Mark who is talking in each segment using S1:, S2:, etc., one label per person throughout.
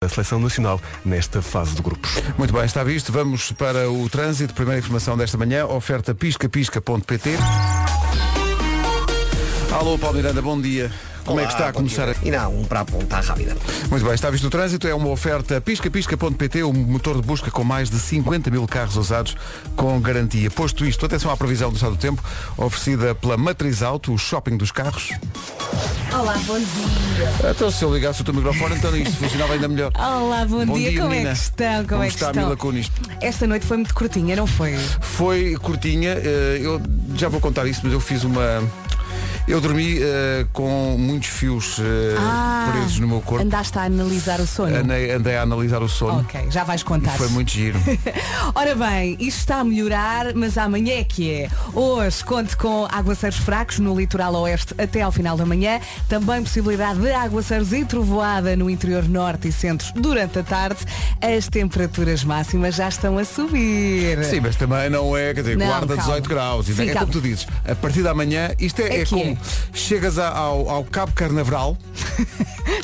S1: da Seleção Nacional nesta fase de grupos.
S2: Muito bem, está visto. Vamos para o trânsito. Primeira informação desta manhã, oferta piscapisca.pt. Alô, Paulo Miranda, bom dia. Como é que está a começar? a-
S3: E não, um para apontar rápida.
S2: Muito bem, está visto o trânsito. É uma oferta piscapisca.pt, um motor de busca com mais de 50 mil carros usados com garantia. Posto isto, atenção à previsão do estado do tempo, oferecida pela Matriz Auto, o shopping dos carros.
S4: Olá, bom dia.
S2: Então, se eu ligasse o teu microfone, então isto funcionava ainda melhor.
S4: Olá, bom,
S2: Bom
S4: dia.
S2: dia,
S4: Como
S2: menina.
S4: é que estão? Como
S2: Como
S4: é que
S2: está a
S4: estão?
S2: Mila Kunis?
S4: Esta noite foi muito curtinha, não foi?
S2: Foi curtinha, eh, eu já vou contar isso, mas eu fiz uma. Eu dormi eh, com muitos fios eh,
S4: Ah.
S2: presos no meu corpo.
S4: Andaste a analisar o sono?
S2: Andei, andei a analisar o sono.
S4: Ok, já vais contar.
S2: Foi muito giro.
S4: Ora bem, isto está a melhorar, mas amanhã é que é. Hoje conto com aguaceiros fracos no litoral oeste até ao final da manhã. Também possibilidade de aguaceiros e trovoada no interior norte e centro durante a tarde. As temperaturas máximas já estão a subir.
S2: Sim, mas também não é, quer dizer,
S4: Não,
S2: guarda
S4: calma.
S2: 18 graus. Isto é,
S4: Sim,
S2: é
S4: calma.
S2: como tu dizes, a partir da manhã, isto é,
S4: É
S2: é
S4: que
S2: como
S4: é.
S2: chegas a- ao, ao Cabo Carnaveral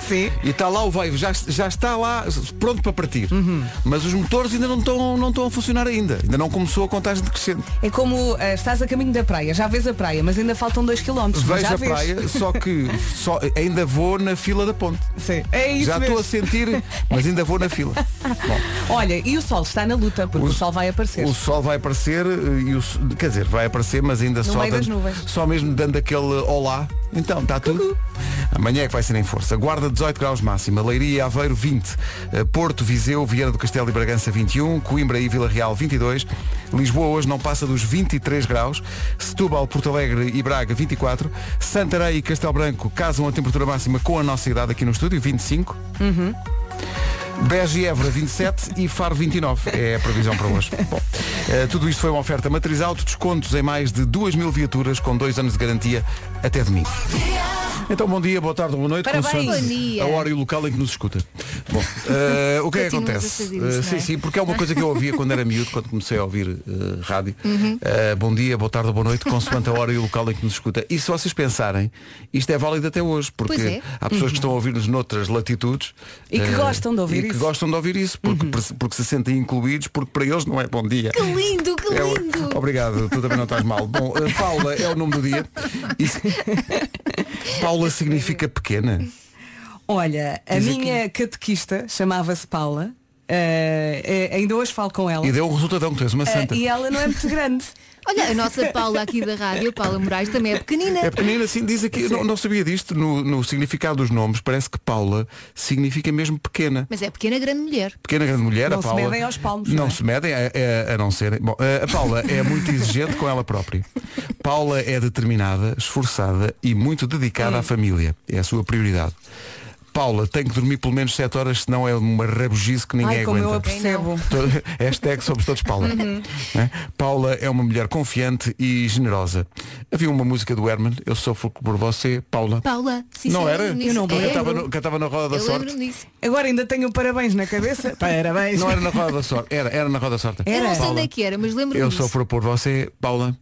S4: Sim.
S2: e está lá o veivo, já, já está lá pronto para partir.
S4: Uhum.
S2: Mas os motores ainda não estão não estão a funcionar ainda. Ainda não começou a contagem decrescente.
S4: É como ah, estás a caminho da praia, já vês a praia, mas ainda faltam 2 km. mas
S2: Vejo
S4: já
S2: a
S4: vês.
S2: praia, só que só, ainda vou na fila da ponte.
S4: Sim, é isso
S2: já estou
S4: mesmo.
S2: a sentir, mas ainda vou na fila. Bom,
S4: Olha, e o sol está na luta, porque o, sol vai aparecer.
S2: O sol vai aparecer, eh, e o, s- quer dizer, vai aparecer, mas ainda só,
S4: meio das
S2: dando-
S4: nuvens.
S2: só mesmo dando aquele olá. Então, está tudo. Amanhã é que vai ser em força. Guarda 18 graus máxima, Leiria e Aveiro 20, Eh, Porto, Viseu, Viana do Castelo e Bragança 21, Coimbra e Vila Real 22, Lisboa hoje não passa dos 23 graus, Setúbal, Porto Alegre e Braga 24, Santarém e Castelo Branco casam a temperatura máxima com a nossa idade aqui no estúdio, 25. Beja e Évora 27 e Faro 29 é a previsão para hoje. Bom, eh, tudo isto foi uma oferta matriz alto, descontos em mais de 2 mil viaturas com dois anos de garantia até domingo. Então, bom dia, boa tarde, boa noite,
S4: Parabéns.
S2: consoante
S4: Bom
S5: dia.
S2: a hora e o local em que nos escuta. Bom, eh, o que é
S5: Continuamos
S2: que acontece?
S5: a fazer isso,
S2: Eh,
S5: não é?
S2: Sim, sim, porque é uma coisa que eu ouvia quando era miúdo, quando comecei a ouvir eh, rádio.
S5: Uhum.
S2: Eh, bom dia, boa tarde, boa noite, consoante a hora e o local em que nos escuta. E se vocês pensarem, isto é válido até hoje, porque
S5: Pois é.
S2: há pessoas que estão a ouvir-nos noutras latitudes
S4: E que
S2: eh,
S4: gostam de ouvir
S2: e que
S4: isso. Uhum.
S2: gostam de ouvir isso, porque, perce- porque se sentem incluídos, porque para eles não é bom dia.
S5: Que lindo, que
S2: É o-
S5: lindo!
S2: Obrigado, tu também não estás mal. Bom, eh, Paula é o nome do dia. E se- Paula significa pequena.
S4: Olha, a
S2: Diz aqui.
S4: minha catequista chamava-se Paula. eh, eh, ainda hoje falo com ela.
S2: E deu um resultadão, que tu és uma
S4: Eh,
S2: santa.
S4: e ela não é muito grande.
S5: Olha, a nossa Paula aqui da rádio, Paula Moraes, também é pequenina.
S2: É pequenina, assim, diz aqui, eu não, não sabia disto, no, no significado dos nomes, parece que Paula significa mesmo pequena.
S5: Mas é pequena grande mulher.
S2: Pequena grande mulher,
S4: Não
S2: a
S4: se
S2: Paula.
S4: medem aos palmos,
S2: Não
S4: não é?
S2: se medem, a, a- a não serem. Bom, a, a Paula é muito exigente com ela própria. Paula é determinada, esforçada e muito
S4: Hum.
S2: dedicada à família. É a sua prioridade. Paula tem que dormir pelo menos 7 horas, senão é uma rabugice que ninguém
S4: Ai, como eu Uhum. a
S2: aguenta.
S4: percebo.
S2: To- Hashtag somos todos Paula. Né? Paula é uma mulher confiante e generosa. Havia uma música do Herman, Eu Sofro por Você, Paula.
S5: Paula, sim,
S2: não
S5: sim,
S2: era?
S5: lembro-me
S4: Eu não
S5: disso.
S4: me
S5: É,
S2: cantava, no- cantava na Roda da
S5: Eu
S2: Sorte.
S5: lembro-me disso.
S4: Agora ainda tenho um parabéns na cabeça. é? Parabéns.
S2: Não era na Roda da Sorte, era, era na Roda da Sorte.
S4: Era.
S5: Eu não sei
S2: Paula.
S5: onde é que era, mas lembro-me
S2: Eu
S5: disso.
S2: sofro por você, Paula.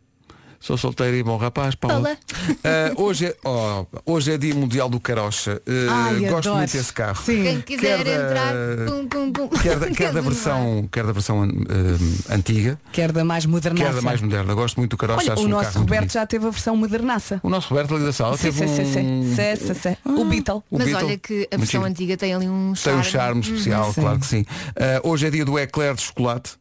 S2: Sou solteiro e bom rapaz, Paula.
S5: Paula.
S2: Ah, hoje, é, oh, hoje é Dia Mundial do Carocha. Ah,
S4: Ai,
S2: gosto
S4: adoro.
S2: muito desse carro.
S4: Sim.
S5: Quem quiser
S2: Quer da-
S5: entrar, pum, pum, pum.
S2: Quer da, quer da versão, quer da versão ah, antiga,
S4: Quer da mais modernaça.
S2: quer da mais moderna. Gosto muito do Carocha.
S4: Olha,
S2: acho
S4: o
S2: um
S4: nosso
S2: carro muito
S4: Roberto
S2: bonito.
S4: já teve a versão modernaça.
S2: O nosso Roberto ali da sala
S4: Sim,
S2: teve
S4: sim, sim,
S2: um...
S4: sim. Sim, sim, sim. O Beatle.
S2: o
S5: Mas
S2: Beatle.
S5: olha que a
S2: Muito
S5: versão
S2: giro.
S5: antiga tem ali um
S2: Tem
S5: charme.
S2: um charme especial,
S4: Uhum, sim.
S2: claro que sim. Ah, hoje é dia do eclair de chocolate.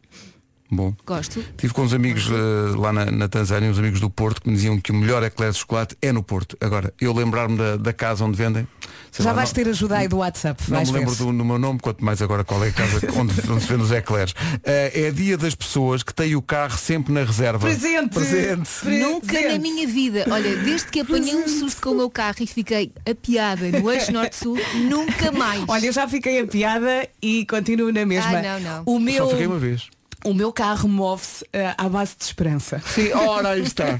S2: Bom.
S5: Gosto.
S2: Estive com uns amigos
S4: Uhum.
S2: eh, lá na, na Tanzânia, uns amigos do Porto, que me diziam que o melhor eclair de chocolate é no Porto. Agora, eu lembrar-me da, da casa onde vendem. sei
S4: Já
S2: lá,
S4: vais
S2: não,
S4: ter ajuda aí do WhatsApp.
S2: Não
S4: vais
S2: me lembro
S4: ver.
S2: do, do meu nome, quanto mais agora qual é a casa onde, onde se vende os eclairs. Eh, é dia das pessoas que têm o carro sempre na reserva.
S4: Presente.
S2: Presente!
S4: Presente.
S5: Nunca na minha vida, olha, desde que apanhei um susto com o meu carro e fiquei apiada no eixo norte-sul, nunca mais.
S4: Olha, eu já fiquei a piada e continuo na mesma.
S5: Ah, não, não.
S4: O meu,
S2: Só fiquei uma vez.
S4: o meu carro move-se eh, à base de esperança.
S2: Sim, ora aí está.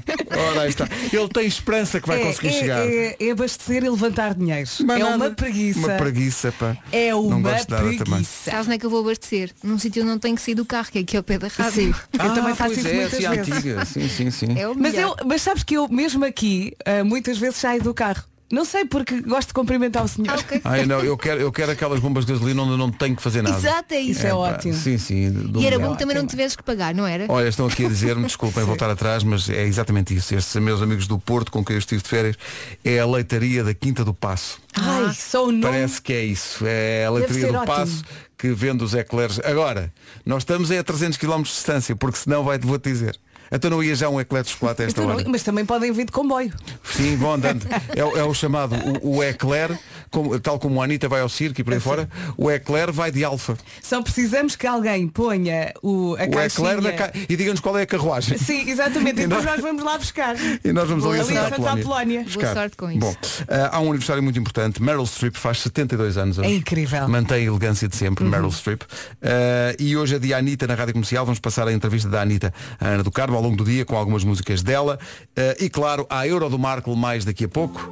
S2: Ora aí está. Ele tem esperança que vai
S4: é,
S2: conseguir
S4: é-
S2: chegar.
S4: é- é abastecer e levantar dinheiro.
S2: Mas
S4: é
S2: nada.
S4: uma preguiça.
S2: Uma preguiça, pá.
S4: É
S2: Não
S4: uma
S2: gosto de nada também.
S4: preguiça.
S5: Sabes onde é que eu vou abastecer? Num sítio onde não tenho que sair do carro, que é aqui ao pé da rádio.
S4: Eu também faço
S2: pois
S4: isso
S2: é,
S4: muitas
S2: assim, à
S4: vezes.
S2: antiga. Sim, sim, sim.
S5: É o
S4: Mas,
S5: melhor.
S4: eu, mas sabes que eu mesmo aqui eh, muitas vezes saio do carro. Não sei, porque gosto de cumprimentar o senhor.
S5: Ah, ok.
S2: Ai, não, eu quero, eu quero aquelas bombas de gasolina onde eu não tenho que fazer nada.
S5: Exato, é isso.
S4: Isso é,
S2: Pá,
S4: ótimo.
S2: Sim, sim. do
S5: E era
S2: melhor.
S5: bom que também não tivesses que pagar, não era?
S2: Olha, estão aqui a dizer-me, desculpem voltar atrás, mas é exatamente isso. Estes meus amigos do Porto com quem eu estive de férias é a leitaria da Quinta do Passo.
S4: Ai, só o nome.
S2: Parece que é isso. É a leitaria
S4: ser
S2: do
S4: ótimo.
S2: Passo que vende os eclairs. Agora, nós estamos é a 300 km de distância, porque senão vai, vou-te dizer. Então não ia já um eclair de chocolate a esta
S4: Então não-
S2: hora.
S4: mas também podem vir de comboio.
S2: Sim, vão andando. É, o- é o chamado, o, o eclair, como- tal como a Anitta vai ao circo e por aí fora, o eclair vai de alfa.
S4: Só precisamos que alguém ponha o, a
S2: O eclair da ca... e diga-nos qual é a carruagem.
S4: Sim, exatamente. E depois nós vamos lá buscar.
S2: E nós vamos
S4: Boa
S2: ali
S4: sorte.
S2: assinar a
S4: Boa
S2: Polónia.
S4: Polónia.
S5: Boa sorte com isso.
S2: Bom, ah, há um aniversário muito importante. Meryl Streep faz 72 anos hoje.
S4: É incrível. Uhum.
S2: Mantém a elegância de sempre, Meryl Streep. Ah, e hoje é dia Anitta na Rádio Comercial. Vamos passar a entrevista da Anitta à Ana do Carmo ao longo do dia com algumas músicas dela. Ah, e claro, a Euro do Marco mais daqui a pouco.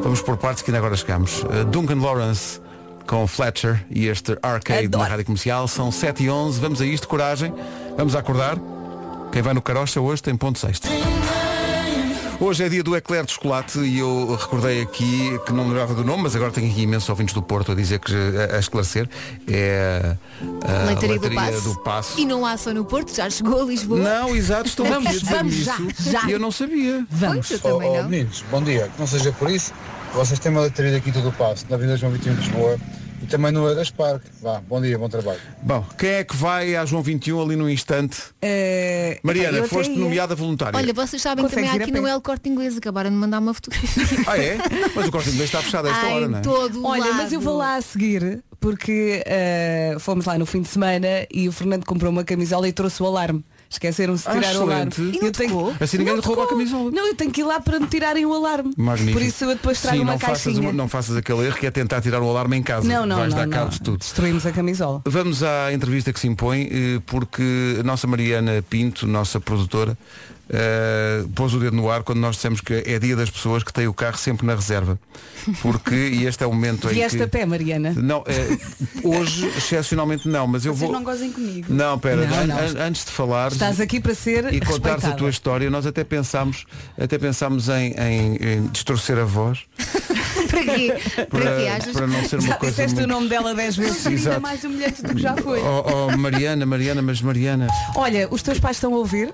S2: Vamos por partes que ainda agora chegamos. Ah, Duncan Lawrence com Fletcher e este arcade
S4: Adoro.
S2: na Rádio Comercial. São 7 e 11 Vamos a isto, coragem. Vamos acordar. Quem vai no carocha hoje tem ponto sexto. Hoje é dia do eclair de chocolate e eu recordei aqui que não me lembrava do nome, mas agora tenho aqui imensos ouvintes do Porto a dizer que eh, a, a esclarecer é a
S5: Leitaria do
S2: Leitaria
S5: Passo.
S2: do Passo.
S5: E não há só no Porto, já chegou a Lisboa.
S2: Não, exato, estou aqui a
S4: Vamos,
S2: dizer
S4: vamos,
S2: isso
S4: já, já.
S2: e eu não sabia.
S5: Pois,
S4: Vamos.
S5: eu
S3: Oh,
S5: também
S3: oh,
S5: não.
S3: meninos, bom dia. Que não seja por isso, vocês têm uma leitaria daqui do Passo, na Avenida João 21 de Lisboa e também no Eras Parque. Vá, bom dia, bom trabalho.
S2: Bom, quem é que vai à João 21 ali no instante?
S4: Eh, eu
S2: Mariana,
S4: até
S2: foste
S4: ia.
S2: nomeada voluntária.
S5: Olha, vocês sabem que também há
S4: Consegues ir a
S5: aqui no
S4: pé.
S5: El Corte Inglês, acabaram de mandar uma fotografia.
S2: Ah é? Mas o corte inglês está fechado a esta
S5: Ai,
S2: hora, não é?
S5: todo o
S4: Olha, mas eu vou
S5: lado.
S4: lá a seguir porque eh, fomos lá no fim de semana e o Fernando comprou uma camisola e trouxe o alarme. Esqueceram-se de
S2: Ah,
S4: tirar o alarme.
S2: excelente. E
S5: não
S4: Eu tenho...
S5: tocou?
S2: Assim ninguém
S4: Não
S2: te rouba a
S4: tocou.
S2: camisola.
S4: Não, eu tenho que ir lá para me tirarem o alarme.
S2: Magnífico.
S4: Por isso eu depois trago
S2: Sim,
S4: uma
S2: não
S4: caixinha.
S2: Faças, uma- não faças aquele erro que é tentar tirar o alarme em casa.
S4: Não, não,
S2: Vais
S4: não,
S2: dar cabo
S4: não.
S2: de tudo.
S4: Destruímos a camisola.
S2: Vamos à entrevista que se impõe, eh, porque a nossa Mariana Pinto, nossa produtora, eh, pôs o dedo no ar quando nós dissemos que é dia das pessoas que têm o carro sempre na reserva. Porque, e este é o momento em
S4: Vieste
S2: que...
S4: a pé, Mariana.
S2: Não, eh, hoje, excepcionalmente não, mas eu
S6: Vocês
S2: vou...
S6: não gozem comigo.
S2: Não, pera,
S4: Não,
S2: an-
S4: não.
S2: an- antes de falar
S4: Estás aqui para ser
S2: e contares a
S4: respeitada.
S2: tua história, nós até pensámos, até pensámos em, em, em distorcer a voz
S5: para quê? Para quê?
S2: para,
S5: Achas?
S2: para não ser uma
S4: Já
S2: coisa
S4: disseste
S2: muito...
S4: o nome dela dez
S6: Eu
S4: vezes.
S6: sou ainda
S2: Exato.
S6: é mais humilhante do que já foi.
S2: Oh, oh, Mariana, Mariana, mas Mariana.
S4: Olha, os teus pais estão a ouvir?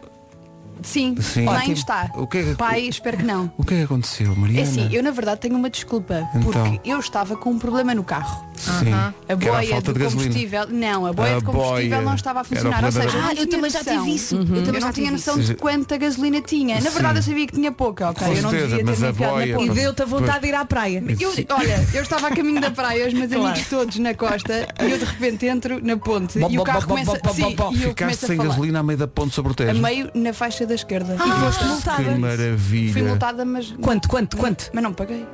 S6: Sim,
S2: Sim.
S6: mãe
S2: Ótimo.
S6: está.
S2: O que é que-
S6: Pai, espero que não.
S2: O que é que aconteceu, Mariana?
S6: É assim, eu na verdade tenho uma desculpa,
S2: Então.
S6: porque eu estava com um problema no carro.
S2: Sim.
S6: A
S2: Que era
S6: boia
S2: falta
S6: do
S2: de gasolina.
S6: combustível. Não, a boia
S2: A
S6: de combustível
S2: boia.
S6: não estava a
S2: Era o
S6: funcionar. Ou seja,
S2: problema da-
S6: eu não
S5: Ah, eu
S6: tinha
S5: também já
S4: Uhum.
S6: noção.
S5: tive isso. Eu também
S6: Eu
S5: já
S6: não tinha
S5: tive
S6: noção
S2: isso.
S6: de quanta gasolina tinha. Na verdade eu sabia que tinha pouca, ok?
S2: Com
S6: eu não
S2: certeza,
S6: devia
S2: mas
S6: ter
S2: a
S6: me enfiado
S2: boia,
S6: na
S2: pá,
S6: pouca.
S4: E deu-te a vontade de ir à praia.
S6: Eu, olha, eu estava a caminho da praia, os meus
S4: Claro.
S6: amigos todos na costa, e eu de repente entro na ponte e o carro começa, sim, e eu
S2: Ficaste
S6: começo a
S2: sem
S6: falar.
S2: gasolina a meio da ponte sobre o
S6: A
S2: Tejo.
S6: meio na faixa da esquerda.
S2: Ah.
S4: E
S6: E
S4: foste
S2: Que
S4: multada.
S2: maravilha.
S6: Fui multada, mas
S4: Quanto, quanto, quanto?
S6: mas não paguei.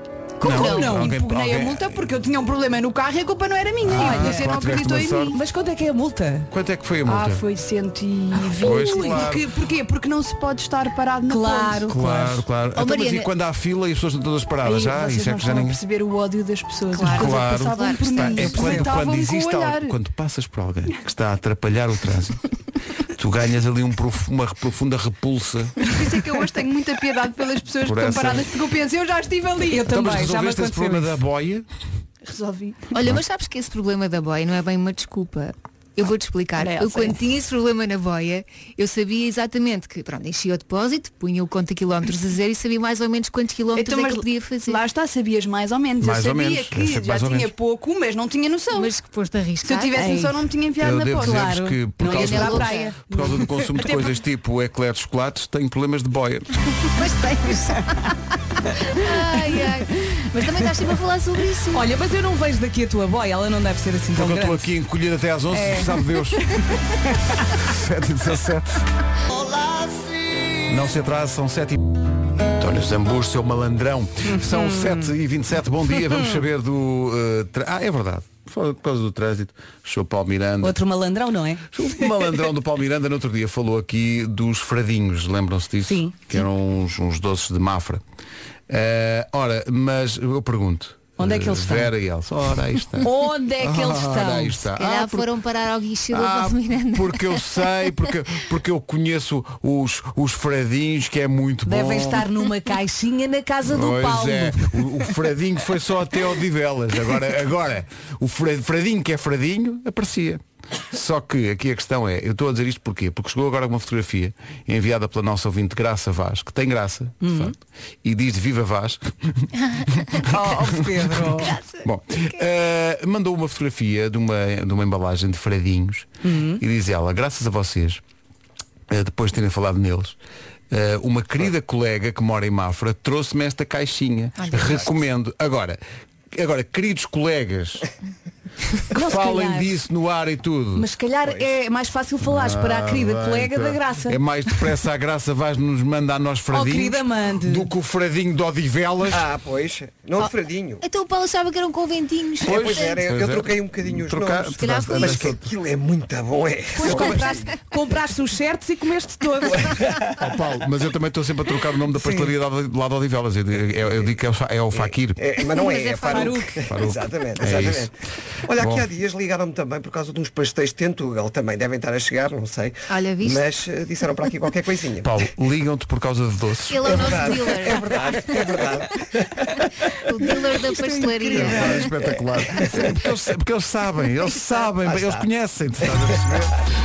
S2: Como
S4: não?
S2: Alguém,
S6: Impugnei a
S2: alguém-
S6: multa porque eu tinha um problema no carro e a culpa não era minha.
S2: Ah,
S6: e você não
S2: claro, tiveste
S6: acreditou
S2: uma
S6: em
S2: sorte.
S6: mim.
S4: Mas quanto é que é a multa?
S2: Quanto é que foi a multa?
S6: Ah, foi 120.
S2: Pois, claro.
S6: Porque, porquê? Porque não se pode estar parado na
S4: Claro,
S2: Claro, claro. Então, mas
S5: Mariana-
S2: e quando há fila e as pessoas estão todas
S6: ponte.
S2: paradas
S6: Aí
S2: já?
S6: Oh, vocês
S2: Isso é
S6: não
S2: que já
S6: estão a
S2: ninguém.
S6: perceas o ódio das pessoas.
S5: Claro.
S6: Eles
S2: Claro.
S6: passavam por
S5: Pá,
S6: mim.
S2: É quando, quando
S6: apresentavam-me
S2: existe
S6: com o
S2: algo-
S6: olhar.
S2: quando passas por alguém que está a atrapalhar o trânsito, tu ganhas ali um prof- uma profunda repulsa.
S6: Por isso é que eu hoje tenho muita piedade pelas pessoas
S2: Por
S6: que
S2: essa-
S6: estão paradas porque eu penso, eu já estive ali.
S4: Eu
S2: Então, mas
S4: também, já me
S2: resolveste esse
S4: aconteceu
S2: problema da
S4: isso.
S2: boia?
S6: Resolvi.
S5: Olha, mas sabes que esse problema da boia não é bem uma desculpa. Eu vou-te explicar.
S6: Olha,
S5: Eu
S6: sim.
S5: quando tinha esse problema na boia, eu sabia exatamente que, pronto, enchia o depósito, punha o conta quilómetros a zero e sabia mais ou menos quantos quilómetros é
S6: Então, mas
S5: que podia fazer.
S6: Lá está, sabias mais ou menos.
S2: Mais ou
S6: eu sabia
S2: menos, eu
S6: que
S2: sei que
S6: já
S2: mais ou
S6: tinha
S2: menos.
S6: pouco, mas não tinha noção.
S5: Mas que foste a arriscar.
S6: Se eu tivesse
S4: Ei.
S6: noção, não me tinha enfiado
S2: Eu
S6: na
S2: devo
S6: porta.
S2: dizer-vos
S4: Claro.
S2: que por
S4: Não
S5: ia
S2: causa,
S5: na
S2: do,
S5: praia.
S2: por causa do consumo de coisas tipo eclair de chocolates, tenho problemas de boia.
S5: Mas tens. ai, ai. Mas também estás sempre a falar sobre isso.
S4: Olha, mas eu não vejo daqui a tua boia, ela não deve ser assim tão
S2: Porque eu estou
S4: grande.
S2: aqui encolhido até às 11, sabe Deus. 7 e 17. Não se atrase, são 7 e... António Zambujo, seu malandrão. São 7 e 27, bom dia. Vamos saber do... eh, tra- ah, é verdade. Por causa do trânsito, sou Paulo Miranda.
S4: Outro malandrão, não é?
S2: O Um malandrão do Paulo Miranda no outro dia falou aqui dos fradinhos, lembram-se disso?
S4: Sim.
S2: Que eram uns, uns doces de mafra. Eh, ora, mas eu pergunto,
S4: Onde é que eles estão?
S2: Vera e Elsa. Ora, aí está.
S4: Onde é que eles
S2: Ora, Ah, aí
S4: estão?
S7: Tá.
S2: está.
S5: Se calhar
S2: Ah, por-
S5: foram parar ao guichê do
S2: Ah,
S5: Vasco Miranda.
S2: porque eu sei, porque, porque eu conheço os, os Fredinhos, que é muito bom.
S4: Devem estar numa caixinha na casa do
S2: Pois
S4: Paulo.
S2: é, o, o Fredinho foi só até ao Divelas. Agora, agora o Fre- Fredinho que é Fredinho aparecia. Só que aqui a questão é, eu estou a dizer isto porquê? Porque chegou agora uma fotografia enviada pela nossa ouvinte Graça Vaz, que tem graça, de
S4: Uhum.
S2: facto, e diz Viva Vaz.
S4: Oh, oh, Pedro.
S2: Bom, eh, mandou uma fotografia de uma, de uma embalagem de Fredinhos
S4: Uhum.
S2: e diz ela, graças a vocês, eh, depois de terem falado neles, eh, uma querida colega que mora em Mafra trouxe-me esta caixinha. Recomendo. Agora, agora, queridos colegas, que
S4: Não, se
S2: falem
S4: calhar.
S2: disso no ar e tudo.
S4: Mas se calhar é mais fácil falares para a querida colega da Graça.
S2: Ah,
S4: Oh,
S2: É mais depressa a graça vais nos mandar nós fradinhos
S4: querida, mande.
S2: do que o fradinho de Odivelas.
S7: Ah, pois. Não de Fredinho.
S5: Então o Paulo achava que eram conventinhos.
S7: É, pois era, eu,
S2: Pois
S7: eu
S2: é.
S7: troquei um bocadinho os
S2: Trocar-
S7: nomes.
S5: calhar foi
S7: Mas
S5: isso.
S7: que aquilo é muito bom, é.
S4: Depois compraste, compraste os certos e comeste todos.
S2: Oh, Paulo, mas eu também estou sempre a trocar o nome da pastelaria lá de- lá de Odivelas. Eu, eu- eu digo que é o, Fa- é o Fakir.
S7: É, mas não é,
S5: Mas é
S7: é Faruque.
S2: Faruque.
S7: Exatamente,
S2: É
S7: exatamente.
S2: isso.
S7: Olha,
S2: Bom.
S7: aqui há dias ligaram-me também por causa de uns pastéis de Tentugal, também devem estar a chegar, não sei.
S5: Olha, viste?
S7: Mas eh, disseram para aqui qualquer coisinha.
S2: Paulo, ligam-te por causa de doces.
S5: Ele é o nosso
S7: Verdade, é
S5: dealer,
S7: verdade, é verdade.
S5: o dealer da pastelaria.
S2: É espetacular. Porque eles, porque eles sabem, eles sabem, eles conhecem-te. estás a perceber?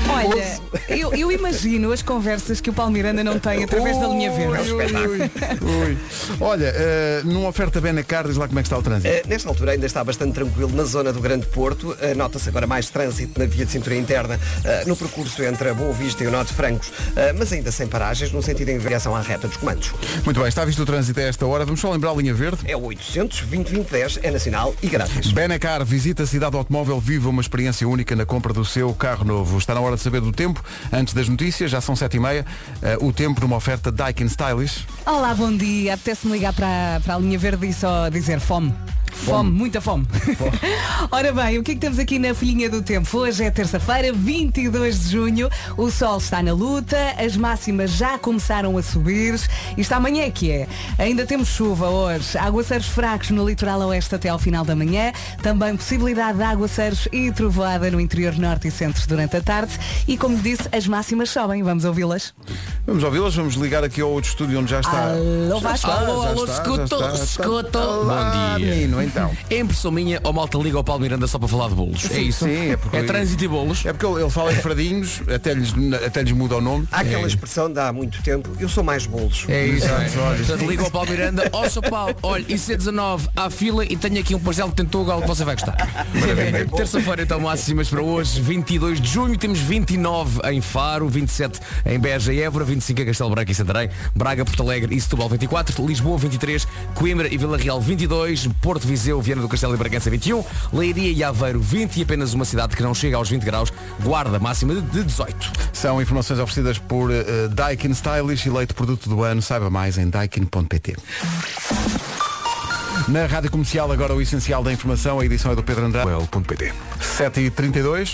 S4: Olha, eu, eu imagino as conversas que o Paulo Miranda não tem através da linha verde.
S2: Ui, ui, ui. Olha, eh, numa oferta Benacar, diz lá como é que está o trânsito.
S7: Eh, Nesta altura ainda está bastante tranquilo na zona do Grande Porto. Eh, Nota-se agora mais trânsito na via de cintura interna eh, no percurso entre a Boa Vista e o Norte de Francos, eh, mas ainda sem paragens no sentido em direção à reta dos comandos.
S2: Muito bem, está visto o trânsito a esta hora. Vamos só lembrar a linha verde.
S7: É o 800 2010 é nacional e grátis.
S2: Benacar visita a cidade do automóvel, viva uma experiência única na compra do seu carro novo. Está na hora de saber do tempo. Antes das notícias, já são 7h30. eh, o tempo numa oferta Daikin Stylish.
S4: Olá, bom dia. Apetece-me ligar para, para a linha verde e só dizer fome. Fome, muita fome. Ora bem, o que é que temos aqui na folhinha do tempo? Hoje é terça-feira, 22 de junho. O sol está na luta, as máximas já começaram a subir. Isto amanhã é que é. Ainda temos chuva hoje. Aguaceiros fracos no litoral oeste até ao final da manhã. Também possibilidade de aguaceiros e trovoada no interior norte e centro durante a tarde. E como disse, as máximas sobem. Vamos ouvi-las.
S2: Vamos ouvi-las, vamos ligar aqui ao outro estúdio onde já está.
S4: Alô, Vasco. Alô, alô, escuto,
S8: escuto.
S2: Bom
S8: Bom
S2: dia.
S8: dia.
S2: Menino, então.
S8: É impressão minha ou malta liga ao Paulo Miranda só para falar de bolos? é
S2: Sim,
S8: isso?
S2: sim, é porque-
S8: trânsito e bolos.
S2: É porque ele ele fala em fradinhos, até lhes, até lhes muda o nome.
S4: Ah,
S7: Há aquela expressão de há muito tempo, eu sou mais bolos.
S8: É isso.
S2: Exato, olha.
S8: Portanto, liga ao Paulo Miranda, ó São Paulo, olha, IC19 à fila e tenho aqui um pastel de tentugal que você vai gostar. Terça-feira então máximas para hoje, 22 de junho, temos 29 em Faro, 27 em Beja e Évora, 25 em Castelo Branco e Santarém, Braga, Porto Alegre e Setúbal 24, Lisboa 23, Coimbra e Vila Real 22, Porto Viseu, Viana do Castelo e Bragança 21, Leiria e Aveiro 20 e apenas uma cidade que não chega aos 20 graus, Guarda máxima de 18.
S2: São informações oferecidas por eh, Daikin Stylish, eleito produto do ano. Saiba mais em daikin.pt. Na Rádio Comercial, agora o essencial da informação, a edição é do Pedro Andrade.
S1: Well.pt
S2: 7h32.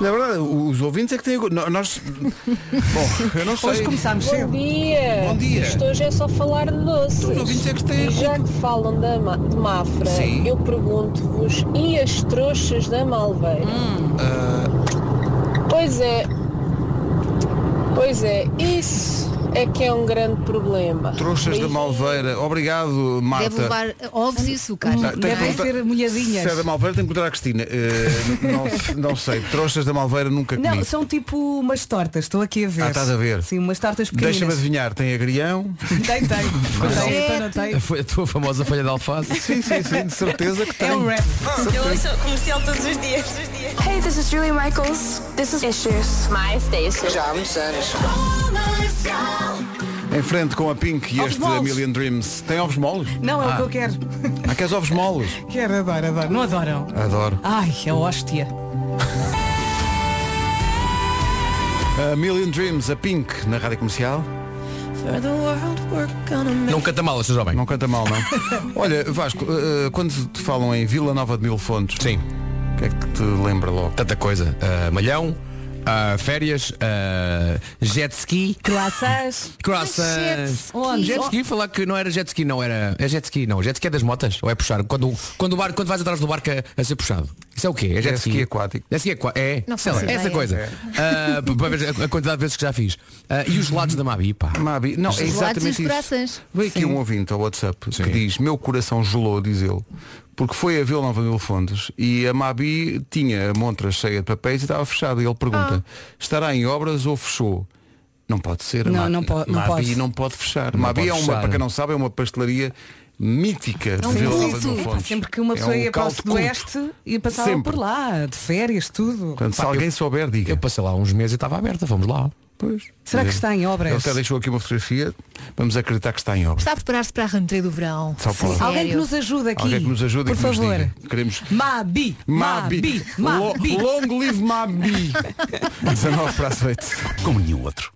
S2: Na verdade, os ouvintes é que têm... no- Nós... Bom, eu não sei.
S4: Hoje começámos
S9: Bom
S4: cedo.
S9: dia.
S2: Bom dia.
S9: Isto hoje é só falar de doces.
S2: Os ouvintes é que têm...
S9: E já que falam da, ma- de Mafra,
S2: Sim.
S9: eu pergunto-vos, e as trouxas da Malveira? Pois é, pois é, isso é que é um grande problema.
S2: Trouxas da Malveira. Obrigado, Marta.
S5: Deve levar ovos e açúcar.
S7: Tá,
S2: Não, tem que
S4: Devem
S2: perguntar-
S4: ser molhadinhas.
S2: Tá, Se é da Malveira, tem que encontrar a Cristina. Eh, não, não sei. Trouxas da Malveira nunca comi.
S4: Não, são tipo umas tortas, estou aqui a ver.
S2: Ah, estás a ver.
S4: Sim, umas tortas
S2: Deixa-me
S4: pequeninas.
S2: adivinhar. Tem agrião?
S4: Tem, tem. tem, então não
S2: É
S4: tem.
S8: Foi a tua famosa folha de alface.
S2: Sim, sim, sim. De certeza que tem.
S4: É um rap.
S10: Eu ouço comercial todos os dias. Hey, this is Julie Michaels. This is Issues. My station.
S7: Já há muitos anos.
S2: Em frente com a Pink e
S4: Ovos
S2: este
S4: moles.
S2: Million Dreams. Tem ovos moles?
S4: Não, é o que
S2: Ah.
S4: eu quero.
S2: Há que as ovos moles.
S4: Quero, adoro, adoro. Não adoram?
S2: Adoro.
S4: Ai, é hóstia.
S2: A Million Dreams, a Pink, na rádio comercial.
S8: Não canta mal, seja jovem.
S2: Não canta mal, não. Olha, Vasco, eh, eh, quando te falam em Vila Nova de Mil Fontes,
S8: Sim.
S2: o que é que te lembra logo?
S8: tanta coisa. Ah, Malhão, ah, férias, ah, jet ski.
S4: Croissants.
S8: Croissants.
S4: Onde?
S8: Jet ski, falar que não era jet ski, não era. É jet ski, não. Jet ski é das motas. Ou é puxar? Quando, quando, o barco, quando vais atrás do barco a, a ser puxado. Isso é o quê? É jet
S2: Jet ski aquático.
S8: Jet ski aquático. É,
S5: Não
S8: sei lá,
S5: faço
S8: é essa
S5: ideia.
S8: coisa.
S2: É.
S8: Ah, p- para ver a a quantidade de vezes que já fiz. Ah, e os lados da Mabi, pá.
S2: Mabi, não,
S8: Os
S2: é
S8: lados
S5: Lados e os
S2: exatamente isso.
S5: corações.
S2: Veio aqui um ouvinte ao WhatsApp que diz, meu coração gelou, diz ele, porque foi a Vila Nova de Fontes e a Mabi tinha a montra cheia de papéis e estava fechada. E ele pergunta, estará em obras ou fechou? Não pode ser. a
S4: Ah. Não,
S2: Ma-
S4: não po- não
S2: Mabi
S4: pode.
S2: não pode fechar.
S8: Não
S2: Mabi
S8: pode
S2: é uma,
S8: fechar.
S2: para quem não sabe, é uma pastelaria mítica
S4: É
S2: de
S5: um
S2: Vila Nova de
S5: culto.
S2: Fontes. É um
S4: Sempre que uma pessoa ia para o Sudoeste e passava
S2: Sempre.
S4: por lá, de férias, tudo.
S2: Portanto, se alguém souber, diga.
S8: Eu passei lá uns meses e estava aberta, vamos lá.
S2: Pois.
S4: Será que está em
S2: Ele
S4: obras?
S2: até deixou aqui uma fotografia. Vamos acreditar que está em obra.
S5: Está a preparar-se para a rentrée do verão.
S2: Só pode.
S5: Sério.
S4: Alguém que nos ajude aqui.
S2: Alguém que nos ajude
S4: por
S2: e que nos
S4: favor.
S2: diga. Queremos.
S4: Mabi, Mabi,
S2: Lo-
S4: Mabi.
S2: Long live Mabi. 19 para as 8.
S1: Como nenhum outro.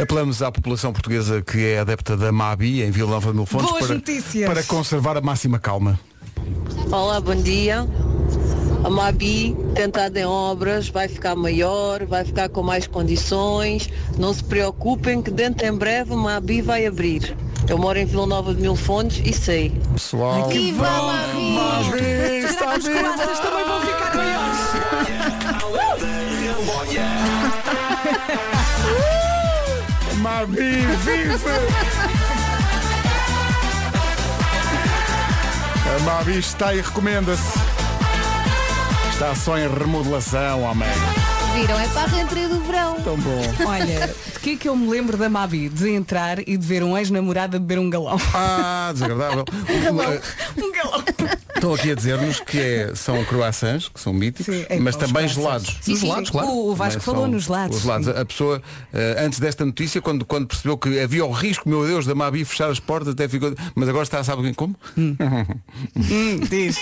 S2: Apelamos à população portuguesa que é adepta da Mabi em Vila Nova de Milfontes
S4: Boas
S2: para,
S4: notícias.
S2: para conservar a máxima calma.
S9: Olá, bom dia. A Mabi, tentada em obras, vai ficar maior, vai ficar com mais condições. Não se preocupem que dentro em breve a Mabi vai abrir. Eu moro em Vila Nova de Mil Fontes e sei.
S2: Pessoal,
S5: Viva lá, Rio!
S2: está
S4: Os corações também vão ficar maiores.
S2: Mabi viva! A Mabi está e recomenda-se. Está só em remodelação, homem.
S5: Viram? É para a rentrée do verão.
S2: Tão bom.
S4: Olha, de que é que eu me lembro da Mabi? De entrar e de ver um ex-namorado a beber um galão.
S2: Ah, desagradável.
S4: Um galão.
S2: Estou aqui a dizer-nos que é- são croissants, que são míticos,
S4: Sim, é
S2: mas
S4: bom, os
S2: também
S4: croissants.
S2: gelados.
S4: Sim, Nos sim. gelados, claro. O- o Vasco
S2: Também
S4: falou
S2: são
S4: nos gelados,
S2: Os gelados. A pessoa, eh, antes desta notícia, quando, quando percebeu que havia o risco, meu Deus, da Mabi fechar as portas, até ficou. Mas agora está, sabe como?
S4: Hum, diz.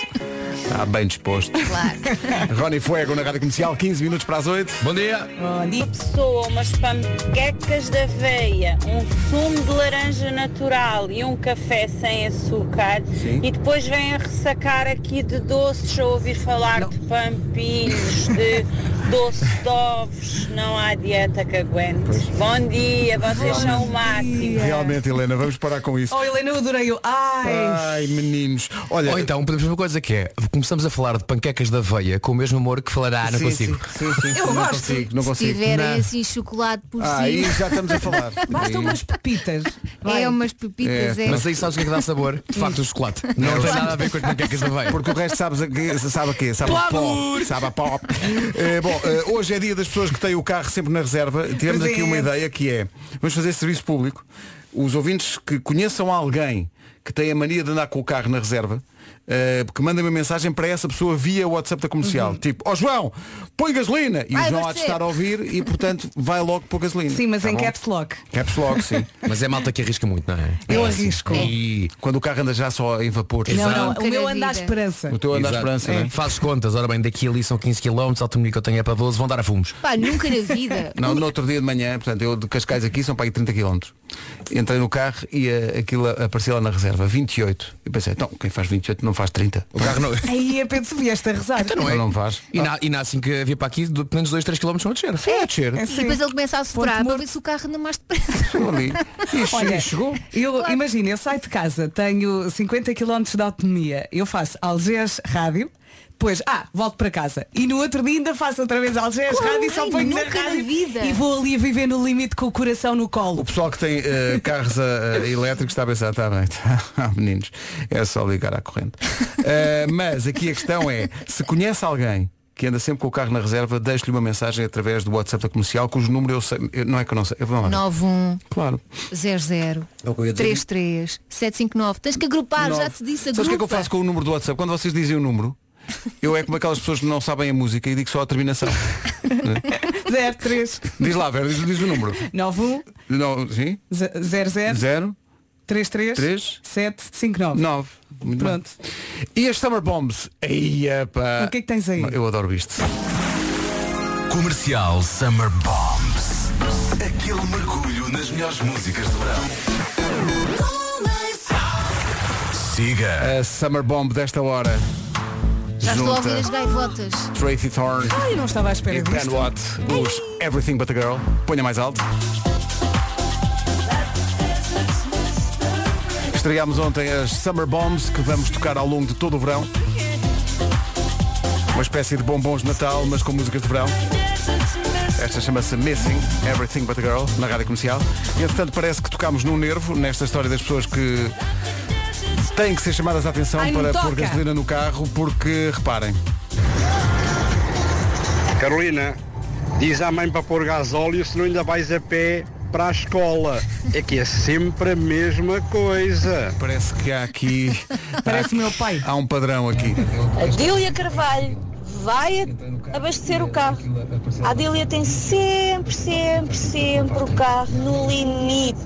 S2: Está bem disposto.
S5: Claro.
S2: Rony Fuego na Rádio Comercial, 15 minutos para as 8.
S8: Bom dia.
S4: Bom dia.
S9: pessoa umas panquecas de aveia, um sumo de laranja natural e um café sem açúcar e depois vêm a ressacar aqui de doces, a ouvir falar de pampinhos, de doce de ovos, não há dieta que aguente. Bom dia, vocês são o máximo.
S2: Realmente, Helena, vamos parar com isso.
S4: Oh, Helena, eu adorei o.
S2: é
S4: Ai.
S2: Ai, meninos. Olha,
S8: Ou então podemos fazer uma coisa que é, começamos a falar de panquecas da aveia com o mesmo amor que falará, ah, não
S2: sim,
S8: consigo.
S2: Sim, sim, sim,
S4: Eu
S2: não
S4: gosto.
S2: consigo, não
S5: Se
S2: consigo.
S5: tiverem
S2: Não.
S5: assim chocolate por
S2: Ah, Aí
S5: cima,
S2: já estamos a falar.
S4: Basta
S2: Aí-
S4: umas pepitas. Vai.
S5: é umas pepitas, é.
S8: Mas aí sabes o que é que dá sabor? De facto o chocolate.
S2: É
S8: Não tem nada a ver com as panquecas da aveia.
S2: Porque o resto sabes a quê? sabe a quê? Sabe a pó.
S8: Glamour.
S2: Sabe a pó. Eh, bom, eh, hoje é dia das pessoas que têm o carro sempre na reserva. Tivemos
S4: Pois
S2: aqui
S4: é.
S2: uma ideia que é, vamos fazer serviço público. Os ouvintes que conheçam alguém que tem a mania de andar com o carro na reserva, eh, que mandem uma mensagem para essa pessoa via WhatsApp da comercial.
S4: Uhum.
S2: Tipo, ó João, põe gasolina! E o
S5: Ai,
S2: João há de
S5: você.
S2: estar a ouvir e, portanto, vai logo pôr gasolina.
S4: é- Sim, mas
S2: Tá
S4: em
S2: bom?
S4: caps lock.
S2: Caps lock, sim.
S8: Mas é malta que arrisca muito, não é?
S4: Eu
S8: É assim.
S4: arrisco.
S8: E...
S2: Quando o carro anda já só em vapor.
S4: Não,
S8: Exato.
S4: não, o
S5: Nunca
S4: meu
S5: na
S4: anda à
S5: vida.
S4: esperança.
S2: O teu anda à
S8: Exato.
S2: esperança,
S8: É.
S2: não é?
S8: Fazes contas, ora bem, daqui ali são 15 km, alto menino que eu tenho é para 12, vão dar a fumos.
S5: Pá, nunca na vida.
S2: Não, no outro dia de manhã, portanto, eu de Cascais aqui são para aí 30 km. Entrei no carro e eh, aquilo apareceu lá na reserva, 28. Eu pensei, então, quem faz 28 não faz 30.
S8: O carro não. é?
S4: Aí é eu penso, vieste a rezar.
S8: Então
S2: Não, não faz.
S8: E na, e na assim que havia para aqui, do- pelo menos 2, 3 km são a descer. É a descer.
S4: É
S5: E
S4: sim.
S5: depois ele começa a soprar para
S4: morto.
S5: ver se o carro anda mais depressa.
S2: Chegou ali. E che-
S4: Olha,
S2: e chegou.
S4: Eu imagino, eu saio de casa, tenho 50 km de autonomia, eu faço Algés Rádio, depois, ah, volto para casa. E no outro dia ainda faço outra vez Algés
S5: Claro,
S4: Rádio e só
S5: ai,
S4: ponho na
S5: nunca na
S4: rádio
S5: vida.
S4: e vou ali a viver no limite com o coração no
S2: O
S4: colo.
S2: pessoal que tem eh, carros eh, eh, elétricos está a pensar, está bem, tá, meninos, é só ligar à corrente. Eh, mas aqui a questão é, se conhece alguém que anda sempre com o carro na reserva, deixe-lhe uma mensagem através do WhatsApp da comercial, cujo número eu sei, eu- não é que eu não sei, eu vou lá.
S5: 91
S2: Claro.
S5: 00
S7: É o que eu ia dizer.
S5: 33 759. Tens que agrupar, Ah, já
S2: Nove.
S5: te disse,
S2: Sabes o que é que eu
S5: agrupa.
S2: faço com o número do WhatsApp? Quando vocês dizem o número, eu é como aquelas pessoas que não sabem a música e digo só a terminação.
S4: 03
S2: Diz lá, Vera, diz, diz o número.
S4: 91
S2: Não, sim?
S4: 00
S2: Zero,
S4: 33
S2: Três.
S4: 759.
S2: nove. Muito bem.
S4: Pronto.
S2: E as Summer Bombs? Aí, epá.
S4: O que é que tens aí?
S2: Eu adoro isto.
S1: Comercial Summer Bombs. Aquele mergulho nas melhores músicas do verão. Siga.
S2: A Summer Bomb desta hora.
S5: Já estou a ouvir as
S2: junta
S5: gaivotas.
S2: Tracy Thorn
S4: Ai, não estava à espera
S2: e Dan
S4: disto.
S2: Watt, os Everything But a Girl. Ponha mais alto. Estreámos ontem as Summer Bombs que vamos tocar ao longo de todo o verão. Uma espécie de bombons de Natal, mas com músicas de verão. Esta chama-se Missing Everything But a Girl, na rádio comercial. E, entretanto, parece que tocámos num nervo nesta história das pessoas que têm que ser chamadas à atenção
S4: Ai, não
S2: para pôr
S4: toca.
S2: gasolina no carro, porque, reparem,
S11: Carolina, diz à mãe para pôr gasóleo, senão ainda vais a pé para a escola. É que é sempre a mesma coisa.
S2: Parece que há aqui.
S4: Parece o meu pai.
S2: Há um padrão aqui.
S9: A Dília Carvalho vai a- abastecer o carro. A Dília tem sempre, sempre, sempre o carro no limite.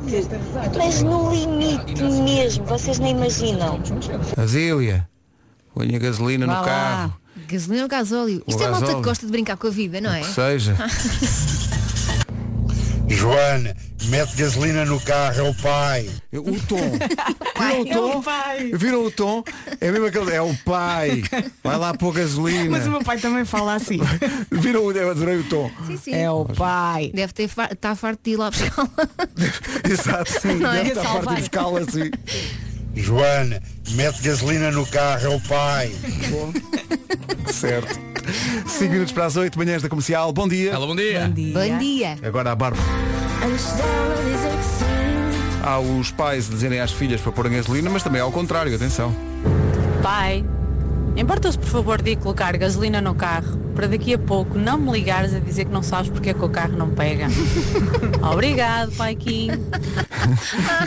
S9: Mas no limite mesmo, vocês nem imaginam.
S2: Asília, ponha gasolina
S5: Vá
S2: no
S5: lá.
S2: carro.
S5: Gasolina ou gasóleo?
S2: O
S5: Isto é a malta que
S2: gasóleo.
S5: gosta de brincar com a vida, não é?
S2: que seja.
S12: Joana, mete gasolina no carro, é o pai.
S2: O tom.
S4: É
S2: Viram o tom? Viram o tom? É mesmo aquele. É o pai. Vai lá pôr gasolina.
S4: Mas o meu pai também fala assim.
S2: Viram o. Eu adorei o tom.
S5: Sim, sim.
S4: É o pai.
S5: Deve ter far... tá farto de ir lá buscar.
S2: Exato, sim.
S5: Não é?
S2: Deve estar farto de buscá-lo assim.
S12: Joana, mete gasolina no carro, é o pai.
S2: Certo. 5 minutos para as 8 manhãs da comercial. Bom dia. Alô, bom dia. Bom dia.
S5: Bom dia.
S2: Agora a Bárbara. Há os pais a dizerem às filhas para porem gasolina, mas também é ao contrário, atenção.
S13: Pai, importa-se por favor de ir colocar gasolina no carro para daqui a pouco não me ligares a dizer que não sabes porque é que o carro não pega. Obrigado, pai Kim.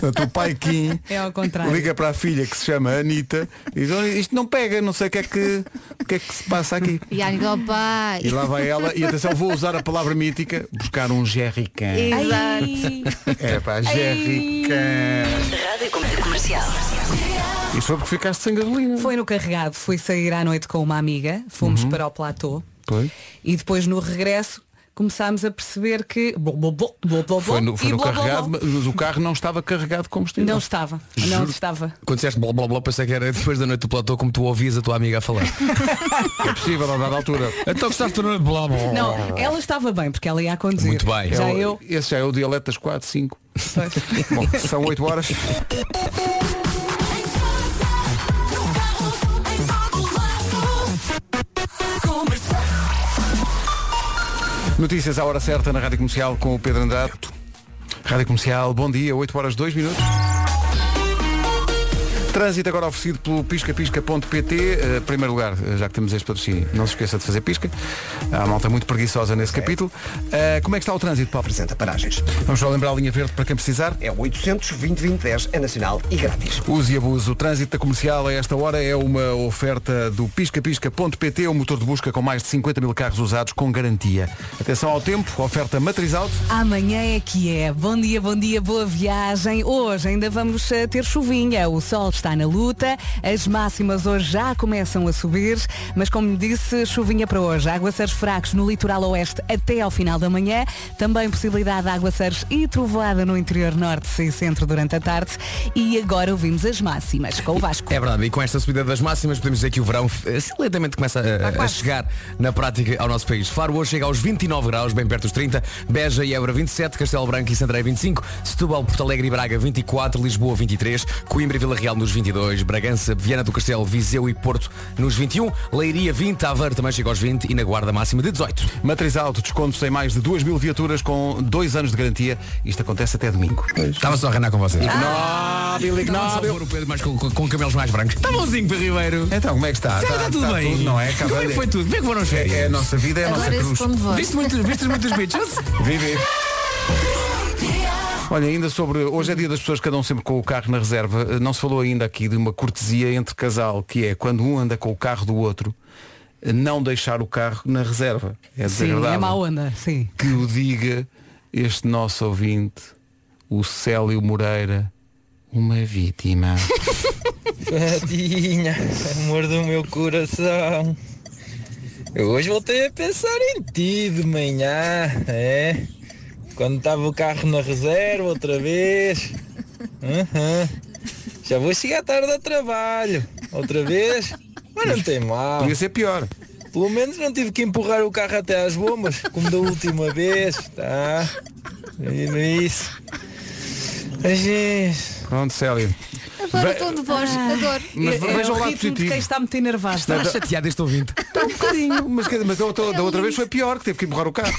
S2: Portanto, o pai Kim
S4: É ao contrário.
S2: liga para a filha que se chama Anitta e diz, "Olha, isto não pega, não sei o que é que, o que, é que se passa aqui.
S5: E a amiga, oh, pai.
S2: E lá vai ela, e atenção, vou usar a palavra mítica, buscar um jerrycan.
S5: Exato.
S2: É pá, jerrycan.
S14: Rádio Comercial.
S2: Isso foi porque ficaste sem gasolina.
S4: Foi no carregado, fui sair à noite com uma amiga, fomos para o platô
S2: Foi?
S4: e depois no regresso começámos a perceber que blá, blá, blá, blá, blá,
S2: Foi no, foi
S4: e
S2: no
S4: blá, blá, blá.
S2: carregado, mas o carro não estava carregado de combustível.
S4: Não estava, não
S8: Juro.
S4: estava.
S8: Quando disseste blá blá blá, pensei que era depois da noite do platô, como tu ouvias a tua amiga a falar.
S2: É possível, a dada altura.
S8: Então gostaste da noite blá blá.
S4: Não, ela estava bem porque ela ia a conduzir.
S8: Muito bem.
S4: Já
S2: É o-
S4: eu.
S2: Esse já é o dialeto das 4, 5. Bom, são 8 horas. Notícias à hora certa na Rádio Comercial com o Pedro Andrade. Rádio Comercial, bom dia, 8 horas 2 minutos. Trânsito agora oferecido pelo piscapisca.pt. Eh, Em primeiro lugar, eh, já que temos este patrocínio, não se esqueça de fazer pisca. Há uma malta muito preguiçosa nesse capítulo. Eh, como é que está o trânsito, Paulo?
S7: Apresenta paragens.
S2: Vamos só lembrar a linha verde para quem precisar.
S7: É o 820-2010, é nacional e grátis.
S2: Use e abuso. O trânsito da comercial a esta hora é uma oferta do piscapisca.pt, o motor de busca com mais de 50 mil carros usados com garantia. Atenção ao tempo, oferta matriz alto.
S4: Amanhã é que é. Bom dia, bom dia, boa viagem. Hoje ainda vamos eh, ter chuvinha. O sol está na luta. As máximas hoje já começam a subir. Mas como disse, chuvinha para hoje. Aguaceiros fracos no litoral oeste até ao final da manhã. Também possibilidade de aguaceiros e trovoada no interior norte e centro durante a tarde. E agora ouvimos as máximas com o Vasco.
S8: É verdade, e com esta subida das máximas podemos dizer que o verão eh, lentamente começa a- a, chegar na prática ao nosso país. Faro hoje chega aos 29 graus, bem perto dos 30, Beja e Évora 27, Castelo Branco e Santarém 25, Setúbal, Porto Alegre e Braga 24, Lisboa 23, Coimbra e Vila Real nos 22, Bragança, Viana do Castelo, Viseu e Porto nos 21, Leiria 20, Aveiro também chega aos 20 e na Guarda máxima de 18.
S2: Matriz Auto, descontos em mais de 2 mil viaturas com 2 anos de garantia. Isto acontece até domingo.
S8: Estava só a reinar com vocês.
S2: Ignóbil,
S8: Estava
S2: ignóbil.
S8: Ah, então o Pedro mais com, com, com cabelos mais brancos. Está Tá bonzinho, Pedro Ribeiro.
S2: Então, como é que está?
S8: Já está, tudo bem.
S2: não é?
S8: Como é que foi tudo? Como é que foram as férias?
S2: É, é a nossa vida, é a nossa cruz.
S8: Viste muitas, viste muitas bitches?
S2: Vive. Olha, ainda sobre. Hoje é dia das pessoas que andam sempre com o carro na reserva. Eh, Não se falou ainda aqui de uma cortesia entre casal, que é quando um anda com o carro do outro, eh, não deixar o carro na reserva. É
S4: Sim,
S2: desagradável.
S4: é má onda. Sim.
S2: Que o diga este nosso ouvinte, o Célio Moreira, uma vítima.
S15: Fadinha, amor do meu coração. Eu hoje voltei a pensar em ti de manhã, é? Quando estava o carro na reserva outra vez. Aham. Já vou chegar tarde ao trabalho. Outra vez. Mas não tem mal. Podia
S2: ser pior.
S15: Pelo menos não tive que empurrar o carro até às bombas, como da última vez, tá? Imagina isso. Mas,
S2: Pronto, Célia.
S5: Adoro
S2: Ve-
S5: o tom de voz,
S2: Ah."
S5: adoro.
S2: Mas
S4: É- é
S2: veja o
S4: o
S2: lado
S4: ritmo de
S2: positivo.
S4: quem está muito enervado.
S2: Está
S8: chateado este ouvinte.
S2: Está um bocadinho, mas, quer dizer, mas da outra, da outra vez foi pior, que teve que empurrar o carro.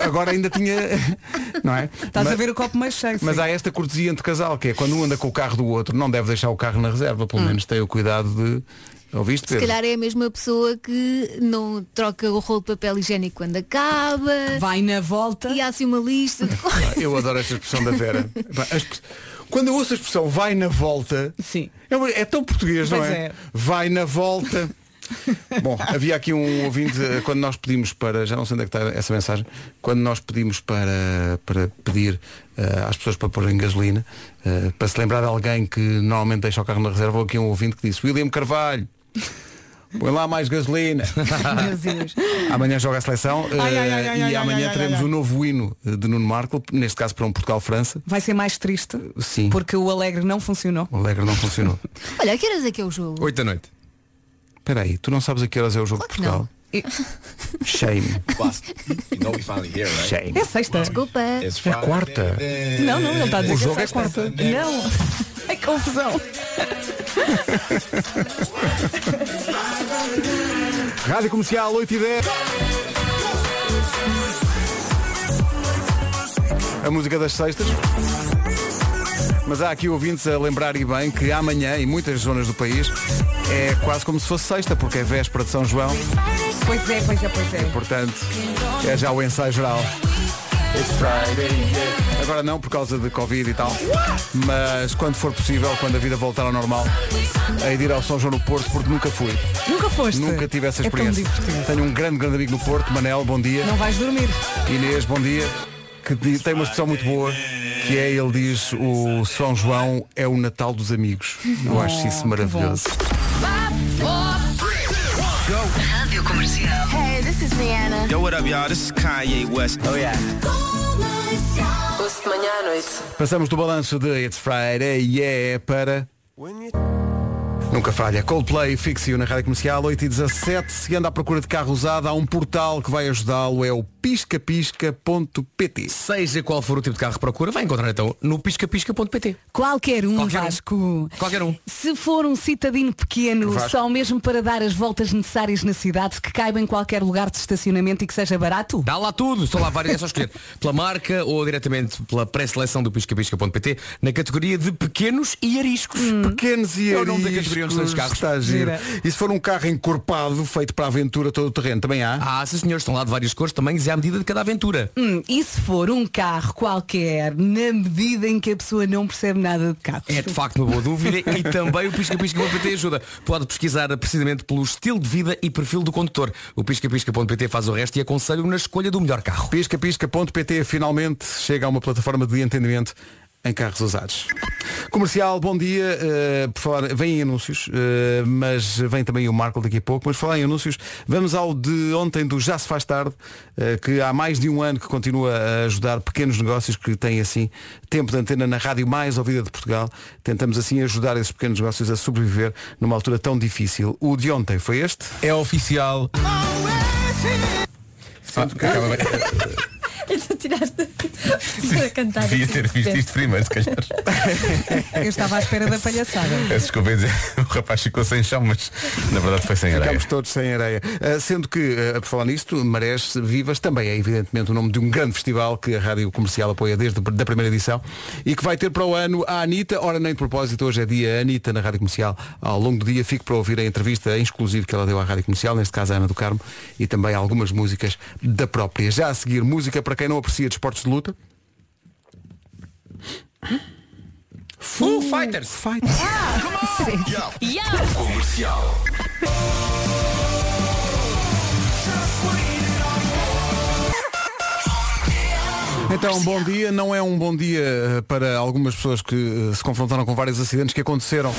S2: A- Agora ainda tinha. Não é?
S4: Estás
S2: Mas-
S4: a ver o copo mais cheio.
S2: Mas
S4: sim.
S2: há esta cortesia entre casal, que é quando um anda com o carro do outro, não deve deixar o carro na reserva, pelo menos tem o cuidado de. Ouviste,
S5: Se
S2: Pedro?
S5: calhar é a mesma pessoa que não troca o rolo de papel higiênico quando acaba.
S4: Vai na volta.
S5: E há assim uma lista de coisas.
S2: Ah, Eu adoro esta expressão da Vera. Pá, as pe- Quando eu ouço a expressão vai na volta, é, uma- é tão português, não
S5: Pois
S2: é?
S5: é.
S2: Vai na volta. Bom, havia aqui um ouvinte, eh, quando nós pedimos para, já não sei onde é que está essa mensagem, quando nós pedimos para, para pedir eh, às pessoas para porem gasolina, eh, para se lembrar de alguém que normalmente deixa o carro na reserva, houve aqui um ouvinte que disse, William Carvalho, põe lá mais gasolina.
S4: Meu Deus.
S2: Amanhã joga a seleção
S4: Ai,
S2: eh,
S4: ai, ai, ai, ai,
S2: e
S4: ai,
S2: amanhã
S4: ai,
S2: teremos
S4: ai, ai.
S2: um novo hino eh, de Nuno Marco, neste caso para um Portugal-França.
S4: Vai ser mais triste.
S2: Sim.
S4: Porque o Alegre não funcionou.
S2: O Alegre não funcionou.
S5: Olha, a que horas é que é o jogo?
S2: 8 da noite. Espera aí, tu não sabes a que horas é o jogo de Portugal?
S4: E-
S2: Shame. Shame.
S4: É sexta. Desculpa.
S2: É quarta.
S4: Não, não, ele está a dizer
S2: O
S4: que
S2: jogo é
S4: sexta.
S2: quarta.
S4: Não. É confusão.
S2: Rádio Comercial 8 e 10. A música das sextas. Mas há aqui ouvintes a lembrar e bem que amanhã, em muitas zonas do país, é quase como se fosse sexta, porque é véspera de São João.
S4: Pois é, pois é, pois é.
S2: Portanto, é já o ensaio geral. It's Friday, yeah. Agora não por causa de Covid e tal, mas quando for possível, quando a vida voltar ao normal, a ir ao São João no Porto, porque nunca fui.
S4: Nunca foste.
S2: Nunca tive essa
S4: É tão
S2: experiência.
S4: divertido.
S2: Tenho um grande, grande amigo no Porto, Manel, bom dia.
S4: Não vais dormir.
S2: Inês, bom dia. Que di- tem uma expressão muito boa, que é, ele diz, o São João é o Natal dos amigos. Eu
S1: Oh,
S2: acho isso maravilhoso.
S10: Rádio Comercial. Hey, this is Rihanna.
S14: Yo, what up, y'all? This is Kanye West. Oh, yeah.
S10: Ouço de manhã à noite.
S2: Passamos do balanço de It's Friday, yeah, para... Nunca falha. Coldplay, Fixio na Rádio Comercial, 8 e 17 Se anda à procura de carro usado, há um portal que vai ajudá-lo. É o piscapisca.pt
S8: Seja qual for o tipo de carro que procura, vai encontrar então no piscapisca.pt.
S4: Qualquer um,
S8: Qualquer um.
S4: Vasco.
S8: Qualquer um.
S4: Se for um citadino pequeno,
S8: Vasco.
S4: só mesmo para dar as voltas necessárias na cidade, que caiba em qualquer lugar de estacionamento e que seja barato.
S8: Dá lá tudo, são lá várias, é só escolher pela marca ou diretamente pela pré-seleção do piscapisca.pt na categoria de pequenos e ariscos.
S2: Hum. Pequenos e
S8: É o nome da
S2: ariscos,
S8: categoria onde estão os carros. é.
S2: Está a giro.
S8: Gira.
S2: E se for um carro encorpado, feito para a aventura todo o terreno, também há?
S8: Ah, sim senhores, estão lá de várias cores, tamanhos e à medida de cada aventura.
S4: Hum, e se for um carro qualquer, na medida em que a pessoa não percebe nada de carros?
S8: É de facto uma boa dúvida e também o piscapisca.pt ajuda. Pode pesquisar precisamente pelo estilo de vida e perfil do condutor. O piscapisca.pt faz o resto e aconselho na escolha do melhor carro.
S2: Piscapisca.pt finalmente chega a uma plataforma de entendimento em carros usados. Comercial, bom dia. Eh, por falar, vêm anúncios, eh, mas vem também o Marco daqui a pouco. Mas falar em anúncios, vamos ao de ontem do Já se faz tarde, eh, que há mais de um ano que continua a ajudar pequenos negócios que têm assim tempo de antena na rádio mais ouvida de Portugal. Tentamos assim ajudar esses pequenos negócios a sobreviver numa altura tão difícil. O de ontem foi este.
S16: É oficial. Sinto que acaba bem.
S17: Então tiraste a cantar.
S16: Devia ter visto isto primeiro, se calhar.
S2: É.
S4: Eu estava à espera da palhaçada.
S16: Peço desculpa em dizer, o rapaz ficou sem chão, mas na verdade foi sem areia.
S2: Ficámos todos sem areia. Ah, sendo que, ah, por falar nisto, Marés Vivas também é evidentemente o nome de um grande festival que a Rádio Comercial apoia desde a primeira edição e que vai ter para o ano a Anitta. Ora, nem de propósito, hoje é dia Anitta na Rádio Comercial. Ao longo do dia fico para ouvir a entrevista em exclusivo que ela deu à Rádio Comercial, neste caso a Ana do Carmo, e também algumas músicas da própria. Já a seguir, música para quem não aprecia desportos de luta.
S8: Full Fighters!
S2: Fighters.
S5: é
S1: Comercial.
S2: Então, bom dia. Não é um bom dia eh, para algumas pessoas que eh, se confrontaram com vários acidentes que aconteceram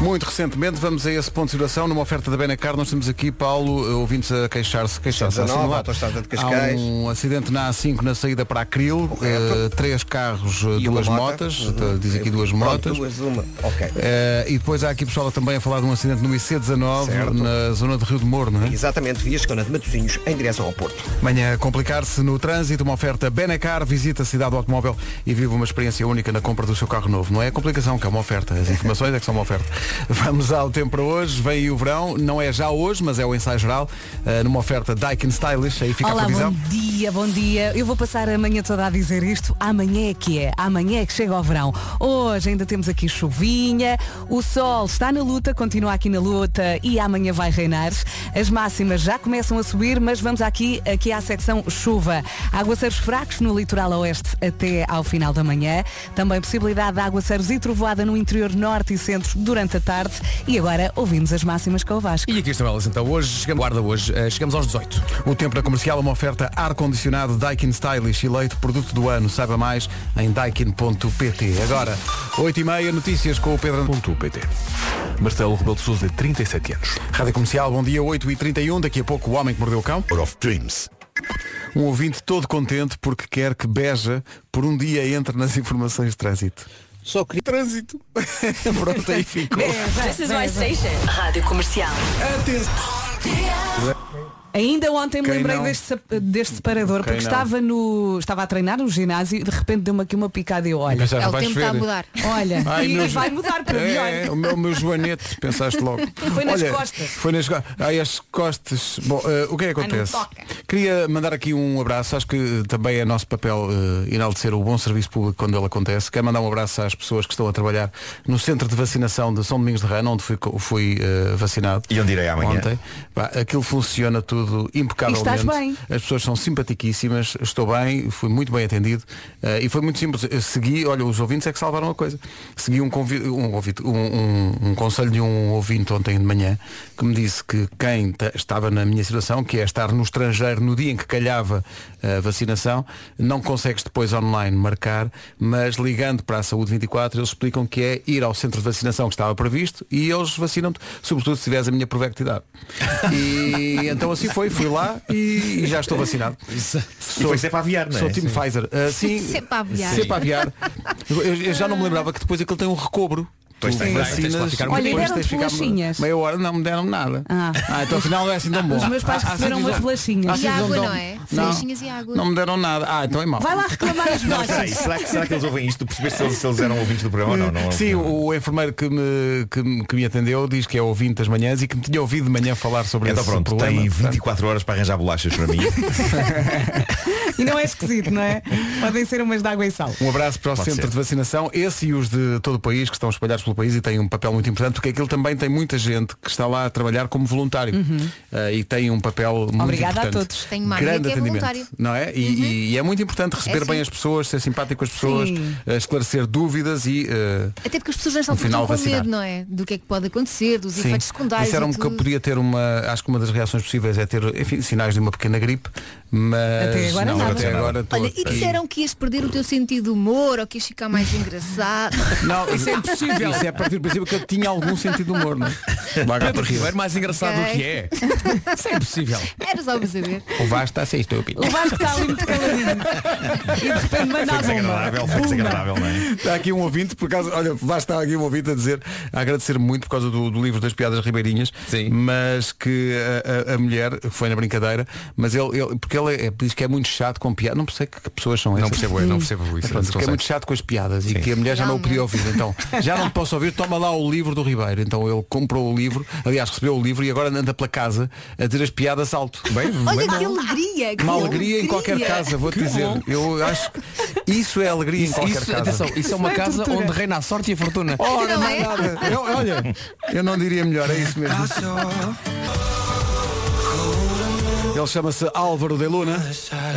S2: Muito recentemente, vamos a esse ponto de situação, numa oferta da Benacar, nós temos aqui, Paulo, eh, ouvintes a queixar-se, queixar-se. a
S7: 19,
S2: assinalar.
S7: autoestrada de
S2: Há
S7: Cascais.
S2: um acidente na A5 na saída para Acril, eh, três carros, eh,
S7: E uma
S2: duas
S7: moto.
S2: motas, então,
S7: Uhum.
S2: diz aqui duas
S7: Pronto,
S2: motas.
S7: Duas, uma. Ok.
S2: Eh, e depois há aqui pessoal também a falar de um acidente no IC19 na zona de Rio de Moro, não é?
S7: Exatamente, via Escona de Matosinhos em direção ao Porto.
S2: Manhã a complicar-se no trânsito, uma oferta Benacar, visita a cidade do automóvel e vive uma experiência única na compra do seu carro novo. Não é a complicação, que é uma oferta. As informações é que são uma oferta. Vamos ao tempo para hoje, vem aí o verão, não é já hoje, mas é o ensaio geral, eh, numa oferta Daikin Stylish, aí fica a
S4: Olá,
S2: previsão.
S4: bom dia, bom dia. Eu vou passar a manhã toda a dizer isto. Amanhã é que é, amanhã é que chega o verão. Hoje ainda temos aqui chuvinha, o sol está na luta, continua aqui na luta e amanhã vai reinar. As máximas já começam a subir, mas vamos aqui, aqui à secção chuva. Aguaceiros fracos no litoral oeste até ao final da manhã. Também possibilidade de aguaceiros e trovoada no interior norte e centro durante a tarde. E agora ouvimos as máximas com o Vasco.
S8: E aqui estão elas então hoje, chegamos, guarda hoje, eh, chegamos aos 18.
S2: O tempo da comercial é uma oferta ar-condicionado Daikin Stylish, eleito produto do ano. Saiba mais em daikin.pt. Agora, 8h30, notícias com o Pedro.pt.
S18: Marcelo Rebelo de Sousa, 37 anos.
S2: Rádio Comercial, bom dia, 8h31. Daqui a pouco, o homem que mordeu o cão.
S18: Out of Dreams.
S2: Um ouvinte todo contente porque quer que Beja, por um dia, entre nas informações de trânsito.
S18: Só queria trânsito.
S2: Pronto, aí ficou.
S17: This is my station.
S4: Rádio Comercial. Ainda ontem me
S17: Quem
S4: lembrei
S17: não?
S4: deste, sap- deste separador,
S17: Quem
S4: porque
S17: não?
S4: estava, no, estava a treinar no ginásio e de repente deu-me aqui uma picada e eu, olha,
S2: Pensaste, É, o vai tempo está a chover. mudar.
S4: Olha,
S2: Ai,
S4: e
S2: meu
S4: vai
S2: jo-
S4: mudar para
S2: É,
S4: melhor.
S2: é, o meu, o meu joanete, pensaste logo.
S4: Foi nas costas.
S2: Foi nas costas. Ai, as costas. Bom, eh, o que é que
S4: Ai, não
S2: acontece?
S4: toca.
S2: Queria mandar aqui um abraço. Acho que eh, também é nosso papel eh, enaltecer o bom serviço público quando ele acontece. Quero mandar um abraço às pessoas que estão a trabalhar no centro de vacinação de São Domingos de Rana, onde fui, co- fui eh, vacinado.
S16: E onde irei amanhã.
S2: Ontem. Pá, aquilo funciona tudo impecavelmente.
S4: E estás bem.
S2: As pessoas são simpaticíssimas, estou bem, fui muito bem atendido eh, e foi muito simples. Eu segui, olha, os ouvintes é que salvaram a coisa. Segui um, convi- um, convite- um, um- um conselho de um ouvinte ontem de manhã que me disse que quem ta- estava na minha situação, que é estar no estrangeiro no dia em que calhava a vacinação, não consegues depois online marcar, mas ligando para a Saúde 24 eles explicam que é ir ao centro de vacinação que estava previsto e eles vacinam-te, sobretudo se tiveres a minha provectidade. E então assim foi, fui lá e, e já estou vacinado.
S16: E foi sempre a aviar, não é?
S2: Sou time
S16: Sim.
S2: Pfizer. Ah, sim,
S5: Sempre a aviar. Ah.
S2: sempre a aviar. Eu, eu já não me lembrava que depois aquilo tem um recobro.
S16: Pois
S2: Tu
S16: tem, tens de lá ficar um muito Olha, tempo.
S2: depois
S4: deram-te
S2: tens de ficar
S4: bolachinhas.
S2: meia hora, não me deram nada.
S4: Ah.
S2: então afinal não é assim tão bom.
S4: Os meus pais
S2: Ah, ah,
S4: receberam
S2: sim,
S4: umas
S2: já-
S4: bolachinhas.
S2: ah,
S4: E
S2: sim,
S4: água,
S2: dão-
S4: não é?
S5: Bolachinhas e água.
S2: Não me deram nada. Ah, então é mau.
S4: Vai lá reclamar as
S16: Não,
S4: notas.
S16: espera aí, será, que, será que eles ouvem isto? Tu percebeste se eles, se eles eram ouvintes do programa ou não? não
S2: Sim, o, o enfermeiro que me, que, me- que me atendeu diz que é ouvinte das manhãs e que me tinha ouvido de manhã falar sobre
S16: Então
S2: esse
S16: pronto,
S2: problema.
S16: tem 24 horas para arranjar bolachas para mim.
S4: E não é esquisito, não é? Podem ser umas de água e sal.
S2: Um abraço para o
S16: Pode
S2: centro
S16: ser.
S2: de vacinação, esse e os de todo o país, que estão espalhados pelo país e têm um papel muito importante, porque aquilo também tem muita gente que está lá a trabalhar como voluntário
S5: Uhum.
S2: Eh, e tem um papel muito
S5: Obrigada a
S2: importante.
S5: todos. Tenho uma amiga
S2: Grande
S5: que é
S2: atendimento,
S5: voluntária.
S2: não é? E, e- e é muito importante receber
S5: Uhum. É
S2: bem
S5: sim.
S2: as pessoas, ser simpático com as pessoas,
S5: Sim.
S2: eh, esclarecer dúvidas e... eh,
S5: Até porque as pessoas já
S2: No
S5: estão
S2: final,
S5: ficam com
S2: vacinar.
S5: medo, não é? Do que é que pode acontecer, dos efeitos secundários.
S2: Disseram-me
S5: e
S2: um que eu
S5: tudo.
S2: podia ter uma. Acho que uma das reações possíveis é ter enfim, sinais de uma pequena gripe, mas
S4: Até agora
S2: não,
S4: nada.
S2: até agora estou
S5: Olha, e
S2: aqui.
S8: um-
S5: disseram que ias perder o teu sentido de humor ou que ias ficar mais engraçado.
S2: Não, Isso é a partir do princípio que eu tinha algum sentido de humor, não é? Vai cá,
S8: Pedro
S2: porque-
S8: Ribeiro, mais engraçado
S5: Ok.
S8: do que é. Isso é impossível.
S5: Era só para saber.
S2: O Vasco está a ser estúpido.
S5: O Vasco está ali muito é?
S4: caladinho. E de repente manda a bomba.
S16: foi desagradável, não é?
S2: Está aqui um ouvinte, por causa, olha, lá está aqui um ouvinte a dizer, a agradecer muito por causa do, do livro das piadas ribeirinhas, mas que a, a- a mulher foi na brincadeira, mas ele, ele- porque ele é- diz que é muito chato com piadas, não percebo que pessoas são essas.
S16: Não percebo, eu não percebo isso,
S2: É, pronto,
S16: esse
S2: que é
S16: conceito.
S2: muito chato com as piadas e que a mulher já não o podia ouvir, então já não te posso ouvir, toma lá o livro do Ribeiro. Então ele comprou o livro, aliás, recebeu o livro e agora anda pela casa a dizer as piadas alto. Bem,
S5: Olha
S2: bem
S5: que
S2: bom.
S5: alegria. que
S2: Uma alegria em qualquer casa, vou-te
S8: Que
S2: dizer.
S8: bom.
S2: Eu acho que isso é alegria em
S8: Isso-
S2: qualquer
S8: isso-
S2: casa.
S8: atenção, isso é uma Isso é casa tortura. onde reina a sorte e a fortuna.
S2: Ora,
S8: Não
S2: não é
S8: é?
S2: nada. Eu, olha, eu não diria melhor, é isso mesmo. Ele chama-se Álvaro de Luna.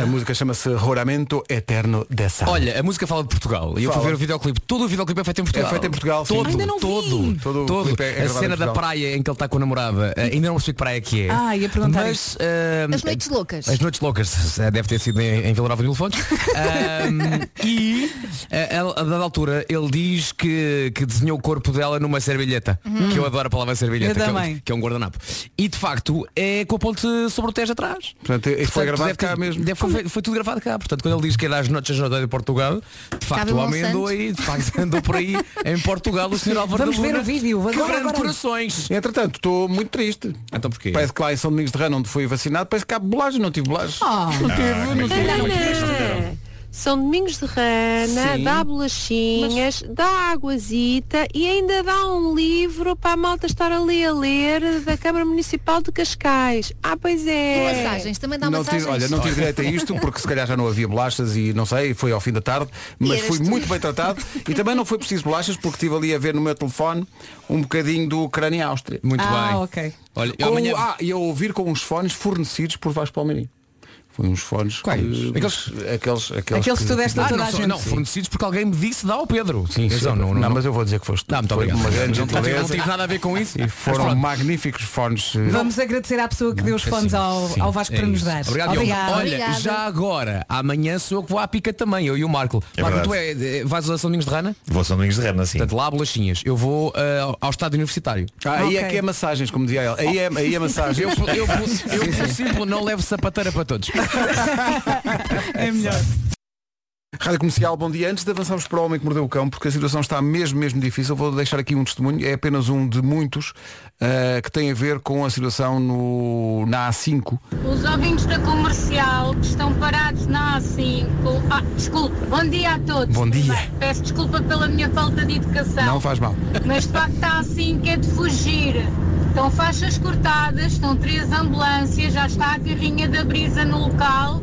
S2: A música chama-se Roramento Eterno dessa.
S8: Olha, a música fala de Portugal. E eu fui
S2: Fala.
S8: ver o videoclipe. Todo o videoclipe é feito em Portugal.
S2: É feito em Portugal, sim.
S8: Todo,
S2: Ainda não vi.
S8: todo,
S2: Todo o
S8: todo.
S2: clipe é- é
S8: a
S2: gravado em
S8: cena da
S2: Portugal.
S8: praia em que ele está com a namorada. eh, ainda não sei que praia é que é.
S4: Ah, ia perguntar
S8: Mas,
S4: isso.
S8: ah,
S5: As noites loucas.
S8: As noites loucas, eh, deve ter sido em, em Vila Nova de Mil Fontes. Ahm, e eh, ele, a dada altura ele diz que, que desenhou o corpo dela numa servilheta.
S4: Uhum.
S8: Que eu adoro a palavra servilheta,
S4: Eu
S8: que é,
S4: também.
S8: um- que é um guardanapo. E de facto é com a ponte sobre o Tejo atrás.
S2: Portanto, e foi gravado
S8: deve ter-
S2: cá mesmo.
S8: deve- foi, foi tudo gravado cá. Portanto, quando ele
S2: é
S8: diz que era às noites na de Portugal, de
S2: Cabe um
S8: facto o homem
S2: Monsanto.
S8: andou aí, de facto andou por aí em Portugal, o senhor Álvaro
S2: Vamos
S8: da Luna,
S2: ver o vídeo, agora,
S8: quebrando
S2: agora.
S8: corações.
S2: Entretanto, estou muito triste.
S8: Então porquê?
S2: Parece que lá em São Domingos de Rana, onde fui vacinado, parece que há bolagem, não tive bolagem. não tive, não tive.
S13: Ana, São Domingos de Rana,
S2: Sim.
S13: dá bolachinhas, dá águazita e ainda dá um livro para a malta estar ali a ler da Câmara Municipal de Cascais. Ah, pois é.
S5: E massagens, também dá
S2: Não
S5: massagens.
S2: tive, olha, não tive direito a isto porque se calhar já não havia bolachas e não sei, foi ao fim da tarde, mas
S5: eras
S2: fui
S5: tu.
S2: muito bem tratado e também não foi preciso bolachas porque estive ali a ver no meu telefone um bocadinho do Ucrânia e Áustria.
S8: Muito Ah, bem. ok. Olha, eu
S2: Com-
S8: amanhã-
S2: Ah, e a ouvir com uns fones fornecidos por Vasco Palmeirim. Foi uns fones. Quais? Aqueles, aqueles, aqueles, que-
S8: ah, não, só- não, fornecidos porque alguém me disse dá ao Pedro. Sim,
S2: sim. Não, mas eu vou dizer que foste.
S8: Não, muito
S2: Foi
S8: obrigado.
S2: uma grande
S8: não, tive, não
S2: gentileza.
S8: tive nada a ver com isso.
S2: E foram
S8: Mas pronto.
S2: magníficos fones. eh,
S4: Vamos agradecer à pessoa que deu os
S8: É
S4: fones
S8: sim,
S4: ao,
S8: sim,
S4: ao Vasco
S8: é
S4: para nos
S8: isso.
S4: dar.
S8: Obrigado, Diogo. Olha, já agora, amanhã sou eu que vou à pica também, eu e o Marco.
S16: É
S8: Marco,
S16: verdade.
S8: tu é, é- vais a São Domingos de Rana?
S16: Vou a São Domingos de Rana, sim.
S8: Portanto, lá há bolachinhas. Eu vou ah, ao estádio universitário.
S2: Ah, aí é que é massagens, como dizia ele. Aí é, aí é massagem.
S8: Eu, eu, eu, eu,
S2: Sim,
S8: por
S2: sim.
S8: simples, não levo sapateira para todos.
S4: É melhor.
S2: Rádio Comercial, bom dia. Antes de avançarmos para o Homem que Mordeu o Cão, porque a situação está mesmo, mesmo difícil, vou deixar aqui um testemunho, é apenas um de muitos, ah, que tem a ver com a situação no, na A5.
S9: Os ouvintes da comercial que estão parados na A5. Ah, desculpe. Bom dia a todos.
S2: Bom dia.
S9: Peço desculpa pela minha falta de educação.
S2: Não faz mal.
S9: Mas de facto está assim que é de fugir. Estão faixas cortadas, estão três ambulâncias, já está a carrinha da brisa no local,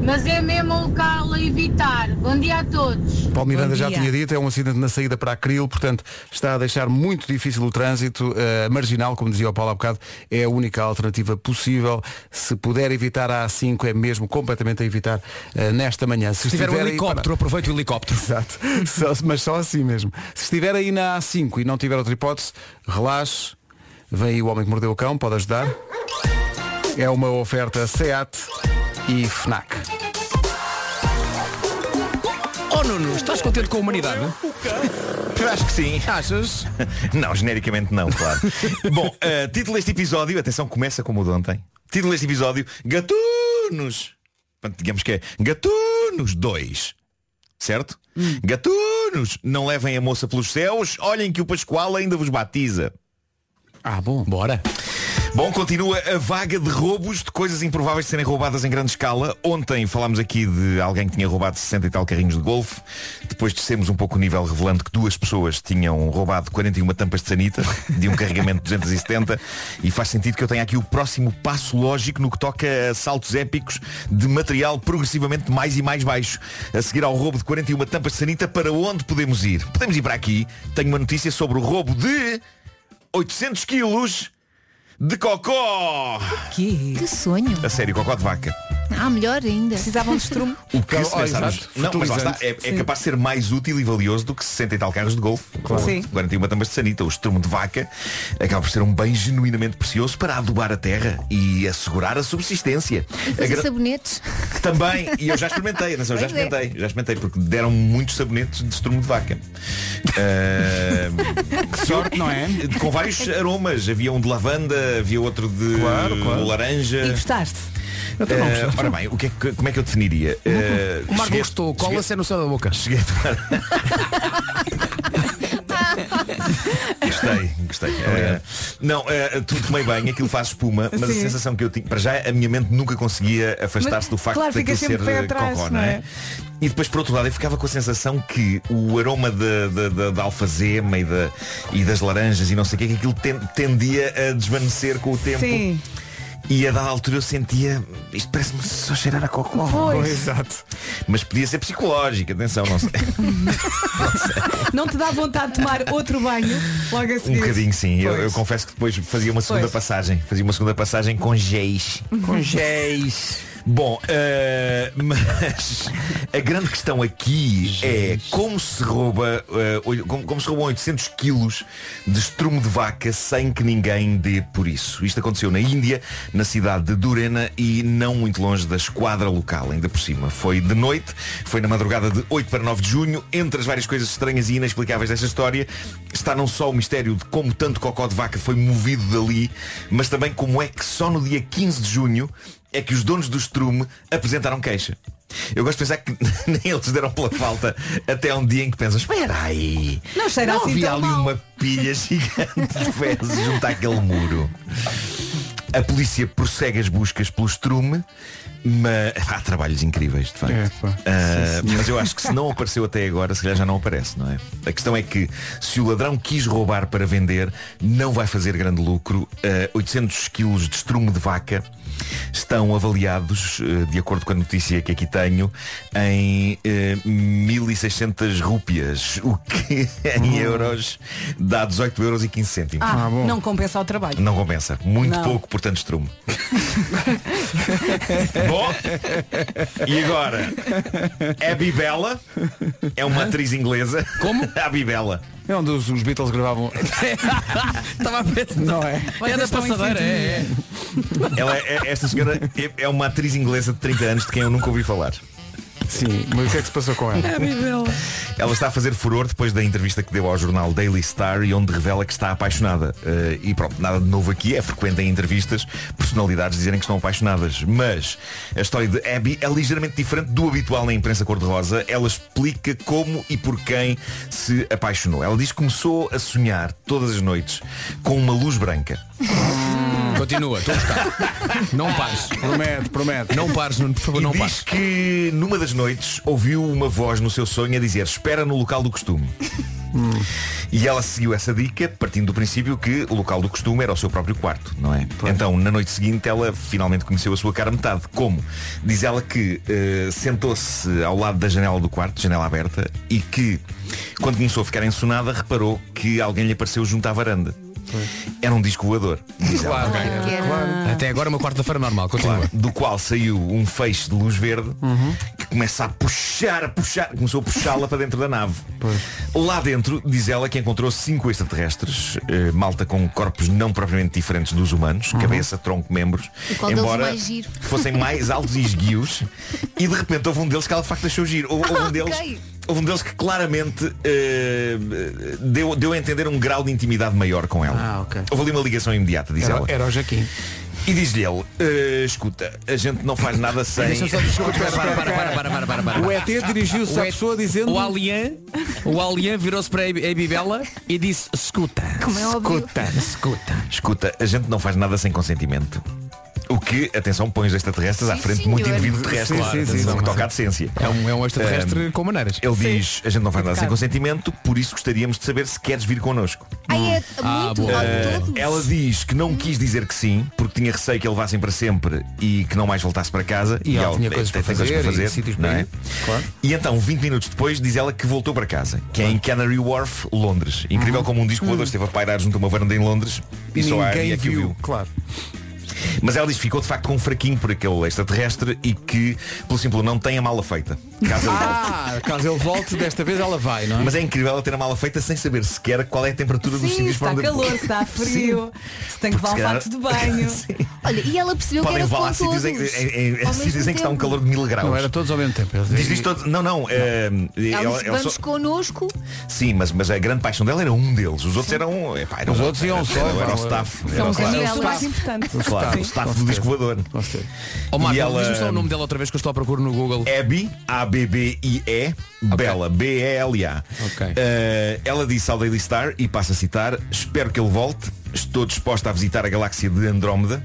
S9: mas é mesmo o local a evitar. Bom dia a todos.
S2: Paulo Miranda já tinha dito, é um acidente na saída para Acril, portanto está a deixar muito difícil o trânsito eh, marginal, como dizia o Paulo há bocado, é a única alternativa possível. Se puder evitar a A5, é mesmo completamente a evitar eh, nesta manhã. Se,
S8: Se tiver um
S2: estiver aí
S8: helicóptero, aproveita o helicóptero.
S2: Exato. Só- mas só assim mesmo. Se estiver aí na A5 e não tiver outra hipótese, relaxe. Vem aí o homem que mordeu o cão, pode ajudar. É uma oferta SEAT e FNAC.
S8: Oh Nuno, estás contente com a humanidade? é?
S16: Eu acho que sim.
S8: Achas?
S16: Não, genericamente não, claro. Bom, eh, título deste episódio, atenção, começa como o de ontem. Título deste episódio, Gatunos. Portanto, digamos que é Gatunos 2. Certo? Gatunos, não levem a moça pelos céus, olhem que o Pascoal ainda vos batiza.
S2: Ah, bom.
S8: Bora.
S16: Bom, continua a vaga de roubos de coisas improváveis de serem roubadas em grande escala. Ontem falámos aqui de alguém que tinha roubado 60 e tal carrinhos de golfe. Depois descemos um pouco o nível revelando que duas pessoas tinham roubado 41 tampas de sanita de um carregamento de 270 e faz sentido que eu tenha aqui o próximo passo lógico no que toca a saltos épicos de material progressivamente mais e mais baixo. A seguir ao roubo de 41 tampas de sanita, para onde podemos ir? Podemos ir para aqui. Tenho uma notícia sobre o roubo de 800 quilos de
S8: Oh.
S16: cocó.
S4: Que?
S5: sonho.
S16: A sério, cocó de vaca.
S5: Ah, melhor ainda.
S4: Precisavam de estrume.
S16: O que se
S5: Olha,
S16: pensarmos,
S5: exato.
S16: Então, não, mas lá está, é,
S5: Fertilizante.
S16: é
S5: Sim.
S16: capaz de ser mais útil e valioso do que 60 e tal carros de golfe.
S5: Claro. Sim.
S16: 41 tambas de sanita, o estrumo de vaca, acaba por ser um bem genuinamente precioso para adubar a terra e assegurar a subsistência.
S5: E
S16: A
S5: fazer
S16: É gra-
S5: sabonetes.
S16: Também, e eu já experimentei, atenção, eu já
S5: Pois é.
S16: experimentei, já experimentei, porque deram muitos sabonetes de estrumo de vaca. que
S2: sorte, não é?
S16: Com vários aromas. Havia um de lavanda, havia outro de um laranja.
S4: E gostaste?
S8: também
S16: Eh,
S8: gosto.
S16: ora bem, o que é que- como é que eu definiria? Eh,
S8: O Marco
S16: cheguei-
S8: gostou,
S16: cheguei-
S8: cola-se é no céu da boca.
S16: Cheguei Gostei, gostei. Eh, não, eh, tu tomei bem, aquilo faz espuma, mas
S4: Sim.
S16: a sensação que eu tinha, para já a minha mente nunca conseguia
S4: Mas,
S16: afastar-se do facto
S4: claro,
S16: de
S4: fica
S16: aquilo ser
S4: sempre pé atrás,
S16: cocó,
S4: não
S16: não
S4: é?
S16: é? E depois por outro lado eu ficava com a sensação que o aroma da- da- da da alfazema e, da- É um e das laranjas e não sei o que, que aquilo ten- tendia a desvanecer com o tempo.
S4: Sim.
S16: E a dada altura eu sentia Isto parece-me só cheirar a cocó
S4: Pois.
S16: Exato Mas podia ser psicológico, atenção não sei.
S4: Não te dá vontade de tomar outro banho logo a
S16: Um
S4: seguir?
S16: bocadinho sim eu,
S4: Pois.
S16: eu confesso que depois fazia uma segunda
S4: Pois.
S16: passagem Fazia uma segunda passagem com géis
S4: Com
S16: géis Bom, eh, mas a grande questão aqui é como se rouba eh, oi- como, como se roubam 800 quilos de estrume de vaca sem que ninguém dê por isso. Isto aconteceu na Índia, na cidade de Durena e não muito longe da esquadra local, ainda por cima. Foi de noite, foi na madrugada de 8 para 9 de junho. Entre as várias coisas estranhas e inexplicáveis desta história, está não só o mistério de como tanto cocó de vaca foi movido dali, mas também como é que só no dia 15 de junho é que os donos do estrume apresentaram queixa. Eu gosto de pensar que nem eles deram pela falta até um dia em que pensas, espera aí,
S4: Não cheira
S16: não
S4: assim
S16: havia
S4: tão
S16: ali um-
S4: mal."
S16: uma pilha gigante de fezes junto àquele muro. A polícia prossegue as buscas pelo estrume, mas há trabalhos incríveis, de facto. Ah,
S1: Sim, senhor.
S16: mas eu acho que se não apareceu até agora, se calhar já não aparece, não é? A questão é que se o ladrão quis roubar para vender, não vai fazer grande lucro. Ah, 800 quilos de estrume de vaca estão avaliados, eh, de acordo com a notícia que aqui tenho, em eh, 1.600 rúpias, o que é
S1: Hum.
S16: em euros dá 18 euros e 15 cêntimos.
S4: Ah, não compensa o trabalho.
S16: Não compensa. Muito
S4: Não.
S16: pouco, portanto, estrume. Bom, e agora? Abby Bella é uma atriz inglesa. Como? Abby Bella.
S2: É onde os, os Beatles gravavam.
S8: Estava a pensar.
S2: Não é?
S8: É da passadeira, é, é.
S16: Ela é- é- esta senhora é- é uma atriz inglesa de 30 anos de quem eu nunca ouvi falar.
S2: Sim, mas o que é que se passou com ela?
S16: Ela está a fazer furor depois da entrevista que deu ao jornal Daily Star e onde revela que está apaixonada. Eh, e pronto, nada de novo aqui, é frequente em entrevistas personalidades dizerem que estão apaixonadas. Mas a história de Abby é ligeiramente diferente do habitual na imprensa cor-de-rosa. Ela explica como e por quem se apaixonou. Ela diz que começou a sonhar todas as noites com uma luz branca.
S8: Hum. Continua, estou a gostar. Não pares.
S2: Promete, promete.
S8: Não pares, Nuno, por favor,
S16: E
S8: não
S16: diz
S8: pares.
S16: que numa das noites ouviu uma voz no seu sonho
S2: É,
S16: a dizer espera no local do costume. E ela seguiu essa dica partindo do princípio que o local do costume era o seu próprio quarto, não é? Então, na noite seguinte, ela finalmente conheceu a sua cara metade. Como? Diz ela que eh, sentou-se ao lado da janela do quarto, janela aberta, e que, quando começou a ficar ensonada, reparou que alguém lhe apareceu junto à varanda. Era um disco voador. Diz ela.
S8: Claro, claro. Até agora uma quarta-feira normal, continua.
S16: Claro, do qual saiu um feixe de luz verde
S2: Uhum.
S16: que começa a puxar, a puxar, começou a puxá-la para dentro da nave. Lá dentro, diz ela que encontrou cinco extraterrestres, eh, malta com corpos não propriamente diferentes dos humanos, cabeça, tronco, membros,
S5: E qual deles
S16: embora
S5: mais giro?
S16: fossem mais altos e esguios, e de repente houve um deles que ela de facto achou giro. Houve, houve um deles.
S5: Ok.
S16: Houve um deles que claramente eh, deu, deu a entender um grau de intimidade maior com ela. Houve ali uma ligação imediata, diz
S2: Era,
S16: ela.
S2: era o Jaquim.
S16: E diz-lhe ele, "Eh, escuta, a gente não faz nada sem.
S8: Deixa-me só- desculpa, espera, espera, espera, espera, espera, espera, espera.
S2: O ET dirigiu-se
S8: O
S2: à
S8: ET
S2: pessoa dizendo.
S8: O Alien, o Alien virou-se para a Bibela e disse, escuta,
S5: Como é óbvio.
S8: escuta, escuta.
S16: Escuta, a gente não faz nada sem consentimento. O que, atenção, põe os extraterrestres à
S5: Sim,
S16: frente de muito
S5: senhor.
S16: indivíduo terrestre.
S8: Sim,
S16: claro,
S8: sim, sim,
S16: atenção,
S8: sim,
S16: que
S8: sim.
S16: toca à decência.
S8: É um, é um extraterrestre
S16: Ahm,
S8: com maneiras.
S16: Ele diz, a gente não faz nada sem
S8: Educado.
S16: consentimento, por isso gostaríamos de saber se queres vir connosco.
S5: Ai, é
S8: Ah,
S5: muito
S8: boa.
S5: ah,
S16: Eh, ela diz que não quis dizer que sim, porque tinha receio que ele assim. levassem para sempre e que não mais voltasse para casa.
S2: E ela tinha
S16: eh,
S2: coisas
S16: tem
S2: para fazer e sítios para
S16: não é?
S2: ir. Claro. Uhum.
S16: E então, 20 minutos depois, diz ela que voltou para casa, que é em Canary Wharf, Londres. Incrível como um disco voador esteve a pairar junto a uma varanda em Londres e,
S2: E
S16: só a Ari
S2: Uhum. ninguém
S16: é que o viu.
S2: viu, claro.
S16: Mas ela diz que ficou de facto com um fraquinho por aquele extraterrestre e que, pelo simples, não tem a mala feita. Caso ele volte.
S2: Ah, caso ele volte, desta vez ela vai, não é?
S16: Mas é incrível ela ter a mala feita sem saber sequer qual é a temperatura dos
S4: Sim,
S16: sítios para
S4: está
S16: onde
S4: calor, está frio, se tem que levar um
S16: se calhar-
S4: fato de banho. É
S5: Olha, e ela percebeu que
S16: Podem assim,
S5: era
S16: vá lá
S5: com
S16: a sítios
S5: todos.
S16: em, em- em-
S5: ao
S16: sítios em
S5: mesmo
S16: que está um
S5: tempo.
S16: calor de mil graus.
S2: Não, era todos ao mesmo tempo. eles-
S16: Diz isto todo. Não, não. eh,
S5: Ela
S16: ela-
S5: disse,
S16: ela
S5: É um vamos
S16: só-
S5: connosco.
S16: Sim, mas, mas a grande paixão dela era um deles. Os outros eram. Epá, eram
S2: Os outros iam
S16: era-
S2: só,
S16: Era,
S2: vá,
S16: era o staff.
S2: são
S16: Era o
S2: os
S16: staff.
S2: amigos.
S4: É o mais importante.
S16: Claro, o staff do disco voador.
S8: Ó Marco,
S16: E ela- hum, é
S8: diz-me só o nome dela outra vez que eu estou à procura no Google.
S16: Abby, A-B-B-I-E, Bela, B-E-L-A. Eh, ela disse ao Daily Star, e passo a citar, espero que ele volte, estou disposta a visitar a galáxia de Andrómeda.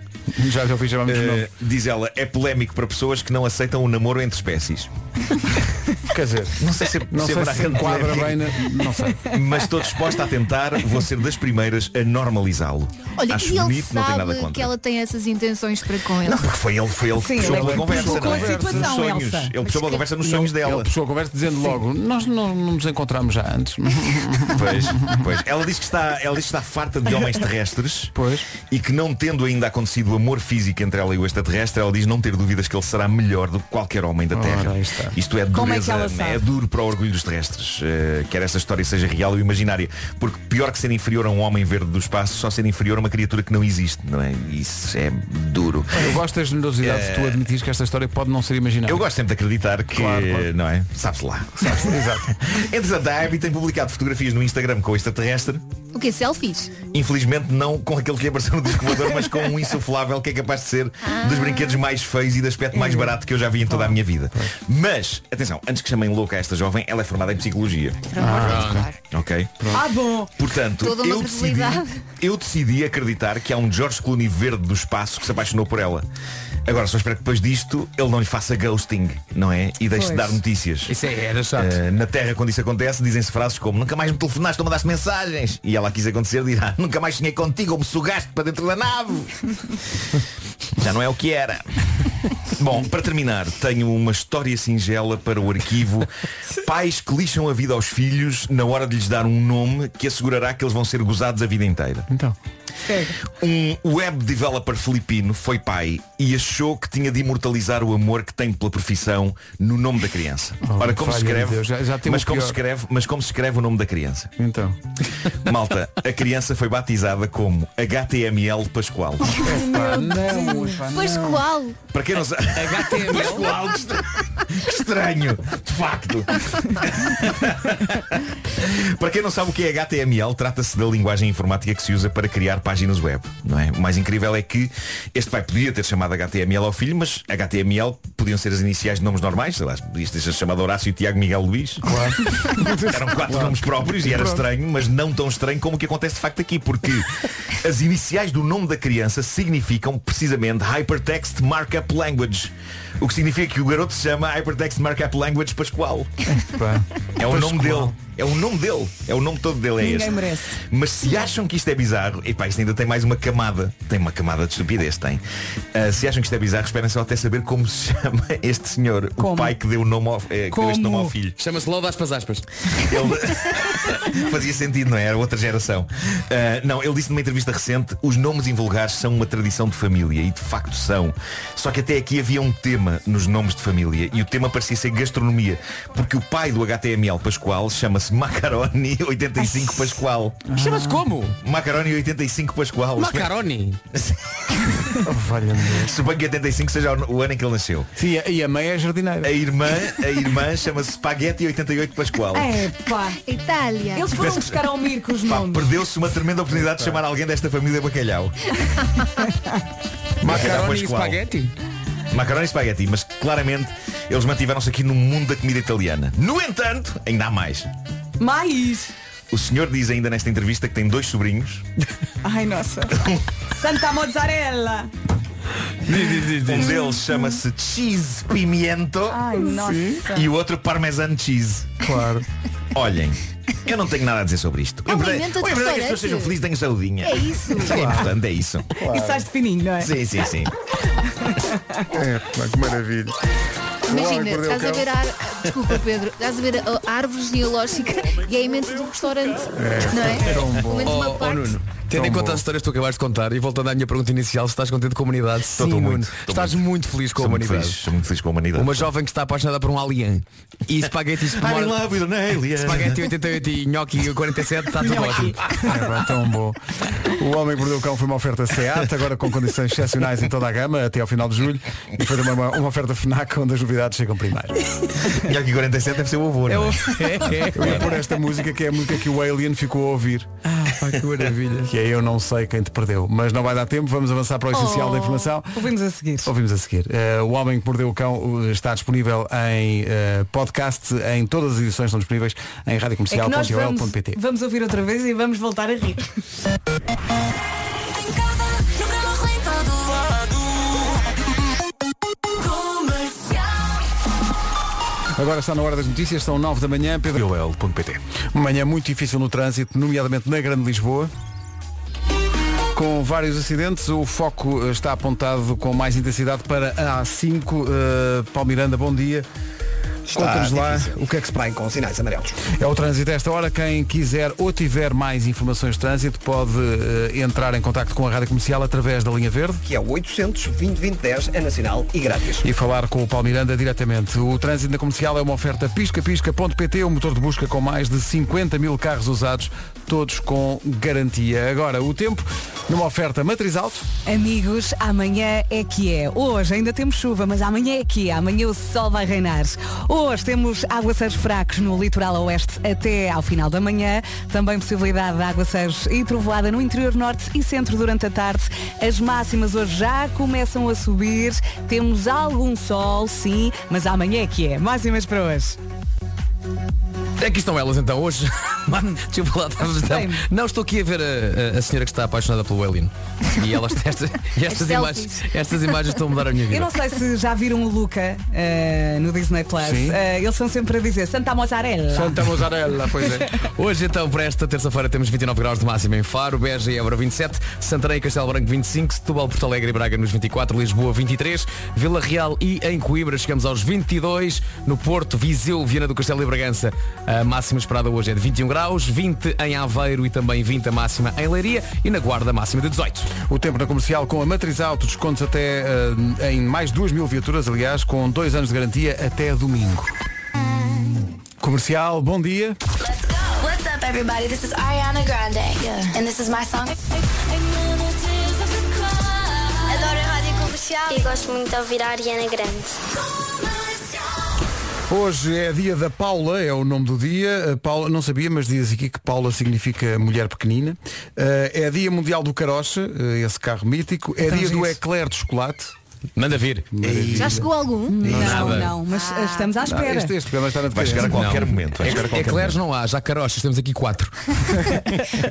S2: Já já
S16: Eh, Diz ela, é polémico para pessoas que não aceitam o namoro entre espécies.
S2: Quer dizer,
S16: não sei se,
S2: Eh, não sei
S16: haverá
S2: se
S16: grande
S2: enquadra
S16: polémica,
S2: bem né? na- não sei.
S16: Mas estou disposta a tentar, vou ser das primeiras a normalizá-lo.
S5: Olha,
S16: Acho
S5: e ele
S16: bonito, não tenho nada
S5: sabe
S16: contra.
S5: que ela tem essas intenções para com ele.
S16: Não, porque foi ele, foi ele
S5: Sim,
S16: que puxou
S5: ele é
S16: pela
S5: que
S16: conversa,
S5: puxou
S16: não
S5: com a
S16: é?
S5: situação,
S16: nos sonhos.
S5: Elsa.
S16: Ele puxou
S5: Mas
S16: pela
S5: que-
S16: conversa nos sonhos dela.
S2: Ele puxou a conversa dizendo logo, nós não, não nos encontramos já antes.
S16: Pois, pois. Ela diz que está, ela diz que está farta de homens terrestres e que não tendo ainda acontecido o amor físico entre ela e o extraterrestre, ela diz não ter dúvidas que ele será melhor do que qualquer homem da Terra. Isto é
S19: Como é que
S16: dureza,
S19: ela sabe?
S16: é duro para o orgulho dos terrestres, eh, quer esta história seja real ou imaginária. Porque pior que ser inferior a um homem verde do espaço, só ser inferior a uma criatura que não existe, não é? Isso é duro.
S2: Eu gosto das generosidades
S16: Eh,
S2: tu admitires que esta história pode não ser imaginária.
S16: Eu gosto sempre de acreditar que,
S2: Claro, claro.
S16: não é? Sabe-se lá.
S2: Exato.
S16: Entretanto, a Abby tem publicado fotografias no Instagram com o extraterrestre
S5: O que Selfies?
S16: Infelizmente não com aquele que lhe apareceu no disco voador, mas com um insuflável que é capaz de ser dos brinquedos mais feios e de aspecto mais barato que eu já vi em
S2: Ah.
S16: toda a minha vida. Mas, atenção, antes que chamem louca esta jovem, ela é formada em psicologia. ok?
S4: Ah, bom.
S16: Portanto,
S4: Toda uma
S16: eu decidi,
S4: credibilidade.
S16: eu decidi acreditar que há um George Clooney verde do espaço que se apaixonou por ela. Agora só espero que depois disto ele não lhe faça ghosting, não é? E deixe de
S8: Pois.
S16: dar notícias.
S8: Isso é, era chato.
S16: Eh, na Terra, quando isso acontece, dizem-se frases como Nunca mais me telefonaste ou mandaste mensagens E ela quis acontecer, dirá Nunca mais sonhei contigo ou me sugaste para dentro da nave Já não é o que era Bom, para terminar Tenho uma história singela para o arquivo Pais que lixam a vida aos filhos Na hora de lhes dar um nome Que assegurará que eles vão ser gozados a vida inteira
S2: Então.
S16: um web developer filipino foi pai e achou que tinha de imortalizar o amor que tem pela profissão no nome da criança.
S2: Oh,
S16: Ora, como se
S2: valha-me
S16: escreve,
S2: Deus, já- já tem
S16: mas
S2: o
S16: como se
S2: pior.
S16: escreve, mas como se escreve o nome da criança?
S2: Então.
S16: Malta, a criança foi batizada como HTML Pascoal.
S2: Epá, não, epá, não.
S5: Pascoal.
S16: Para quem não sabe, HTML Pascoal, que estra- que estranho, de facto. Para quem não sabe o que é HTML, trata-se da linguagem informática que se usa para criar páginas web. Não é? O mais incrível é que este pai podia ter chamado HTML ao filho, mas HTML podiam ser as iniciais de nomes normais, sei lá, podias ter chamado Horácio Tiago Miguel Luís. Eram quatro nomes próprios e era
S19: Pronto.
S16: estranho, mas não tão estranho como o que acontece de facto aqui, porque as iniciais do nome da criança significam precisamente Hypertext Markup Language. O que significa que o garoto se chama Hypertext Markup Language Pascoal. É o nome dele. É o nome dele. É o nome todo dele é
S6: Ninguém
S16: este.
S6: merece.
S16: Mas se acham que isto é bizarro, epá, isto ainda tem mais uma camada. Tem uma camada de estupidez, tem. Ah, se acham que isto é bizarro, esperem só até saber como se chama este senhor, o pai que deu, o nome ao, eh, que deu este nome ao filho.
S8: Chama-se Lodo aspas aspas.
S16: Fazia sentido, não é? Era outra geração. Ah, não, ele disse numa entrevista recente, os nomes invulgares são uma tradição de família e de facto são. Só que até aqui havia um tema nos nomes de família e o tema parecia ser gastronomia, porque o pai do HTML Pascoal chama-se Macaroni 85 Pascoal.
S8: Ah. Chama-se como?
S16: Macaroni 85 Pascoal.
S8: Macaroni?
S16: Suponho que 85 seja o o ano em que ele nasceu.
S2: Sim, e a mãe é jardineira.
S16: A irmã, a irmã chama-se Spaghetti 88 Pascoal.
S4: É, pá.
S5: Itália.
S4: Eles foram buscar ao Mirko os
S16: Pá,
S4: nomes.
S16: perdeu-se uma tremenda oportunidade de chamar alguém desta família bacalhau.
S8: Macaroni e
S16: Pascoal.
S8: espaguete?
S16: Macaroni e espaguete, mas claramente eles mantiveram-se aqui no mundo da comida italiana. No entanto, ainda há mais.
S4: Mais.
S16: O senhor diz ainda nesta entrevista que tem dois sobrinhos.
S6: Ai, nossa. Santa Mozzarella.
S16: Um deles chama-se Cheese Pimiento
S6: Ai, nossa.
S16: e o outro Parmesan Cheese. Claro. Olhem, eu não tenho nada a dizer sobre isto.
S5: É um
S16: O importante-
S5: alimento de
S16: o importante é que as
S5: restaurante.
S16: pessoas sejam felizes e tenham saudinha.
S5: É isso.
S16: É importante, é isso.
S4: E sais de fininho, não é?
S16: Sim, sim, sim.
S2: É, pá, que maravilha.
S5: Imagina, estás a ver a ar... Desculpa Pedro, estás a ver a a árvore genealógica e é imenso do restaurante. Não é? Pelo menos uma parte.
S8: Nuno, tendo em conta as histórias que tu acabaste de contar e voltando à minha pergunta inicial, se estás contente com a humanidade? Sim,
S16: estou muito,
S8: Nuno.
S16: estou
S8: Estás muito, feliz com a
S16: Sou muito
S8: humanidade.
S16: feliz, sou muito feliz com a humanidade.
S8: Uma jovem que está apaixonada por um alien e espaguete e
S16: I'm in love with an alien.
S8: Espaguete 88 e nhoque 47 está tudo ótimo.
S2: É, pá, tão bom. O Homem que Mordeu o Cão foi uma oferta SEAT, agora com condições excepcionais em toda a gama, até ao final de julho. E foi também uma, uma oferta FNAC, onde as novidades chegam primeiro.
S16: E aqui 47 deve ser o avô, não é?
S2: Eu ia pôr esta música, que é a música que o Alien ficou a ouvir. Ah, que maravilha. Que é Eu Não Sei Quem Te Perdeu. Mas não vai dar tempo, vamos avançar para o essencial da informação.
S4: Ouvimos a seguir.
S2: Ouvimos a seguir. Eh, o Homem que Mordeu o Cão uh, está disponível em eh, podcast, em todas as edições estão disponíveis em
S4: É que nós vamos,
S2: radiocomercial.ol.pt.
S4: vamos ouvir outra vez e vamos voltar a rir.
S2: Agora está na hora das notícias, são 9 da manhã,
S16: é?
S2: Pedro. Uma manhã muito difícil no trânsito, nomeadamente na Grande Lisboa. Com vários acidentes, o foco eh, está apontado com mais intensidade para a A5. Eh, Paulo Miranda, bom dia. Conta-nos lá
S7: o que é que se praia com sinais amarelos.
S2: É o trânsito a esta hora. Quem quiser ou tiver mais informações de trânsito pode eh, entrar em contacto com a Rádio Comercial através da linha verde.
S7: Que é o 800 20 20 10, é nacional e grátis.
S2: E falar com o Paulo Miranda diretamente. O trânsito na comercial é uma oferta piscapisca.pt, um motor de busca com mais de 50 mil carros usados, todos com garantia. Agora, o tempo numa oferta matriz alto.
S4: Amigos, amanhã é que é. Hoje ainda temos chuva, mas amanhã é que é. Amanhã o sol vai reinar. Hoje temos aguaceiros fracos no litoral oeste até ao final da manhã. Também possibilidade de aguaceiros e trovoada no interior norte e centro durante a tarde. As máximas hoje já começam a subir. Temos algum sol, sim, mas amanhã é que é. Máximas para hoje.
S8: Aqui estão elas então hoje. Mano, deixa eu lá, estava- estava- Não, estou aqui a ver a, a- a senhora que está apaixonada pelo Elin. E elas estas, e estas,
S4: As
S8: imagens,
S4: selfies.
S8: estas imagens estão a mudar a minha vida.
S4: Eu não sei se já viram o Luca eh, no Disney Plus.
S8: Sim.
S4: Eh, eles são sempre a dizer Santa Mozzarella.
S8: Mozzarella, pois é. Hoje então, para esta terça-feira, temos 29 graus de máxima em Faro, Beja e Évora 27, Santarém e Castelo Branco 25, Setúbal, Porto Alegre e Braga nos 24, Lisboa 23, Vila Real e em Coimbra chegamos aos 22, no Porto, Viseu, Viana do Castelo e Bragança. A máxima esperada hoje é de 21 graus, 20 em Aveiro e também 20 a máxima em Leiria e na Guarda a máxima de 18.
S2: O tempo na comercial com a Matriz Auto, descontos até eh, em mais 2 mil viaturas, aliás, com dois anos de garantia até domingo. Comercial, bom dia.
S10: What's up, everybody? This is Ariana Grande. And this is my song. Adoro a rádio comercial. E gosto muito de ouvir a Ariana Grande.
S2: Hoje é dia da Paula, é o nome do dia. A Paula, não sabia, mas diz aqui que Paula significa mulher pequenina. Eh, é dia mundial do carocha, eh, esse carro mítico. É
S4: Então,
S2: dia do
S4: giro.
S2: eclair de chocolate.
S8: Manda vir.
S5: Já chegou algum?
S4: Não,
S8: Nada.
S4: não, mas eh, estamos à espera.
S2: este, este programa está na
S16: Vai chegar a qualquer
S8: Não.
S16: momento. Vai
S8: É,
S16: chegar a qualquer
S8: eclairs não há, já carochas, temos aqui quatro.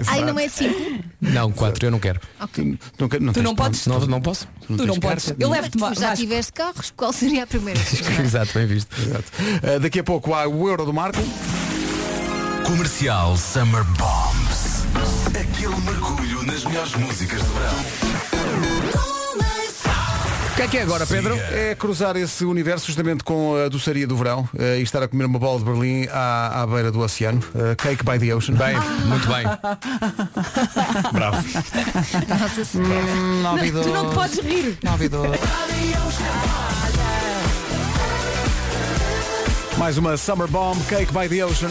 S5: Ai, não é cinco?
S8: Não, quatro, eu não quero.
S2: Não, quero- não
S8: Tu
S2: tens
S8: não podes? Ah, Não, não posso.
S5: Tu
S2: não podes.
S5: Eu levo-te Já tiveste carros, qual seria a primeira?
S8: Exato, bem visto.
S2: Eh, daqui a pouco há o Euro do Marco.
S1: Comercial Summer Bombs. Aquele mergulho nas melhores músicas de verão.
S2: O que é que é agora, Pedro? É cruzar esse universo justamente com a doçaria do verão eh, e estar a comer uma bola de Berlim à, à beira do oceano. Eh, cake by the ocean. Bem,
S8: muito bem.
S2: Bravo.
S5: Nossa
S2: Senhora. Hum, Não,
S4: tu não te podes rir.
S2: Mais uma Summer Bomb, Cake by the Ocean.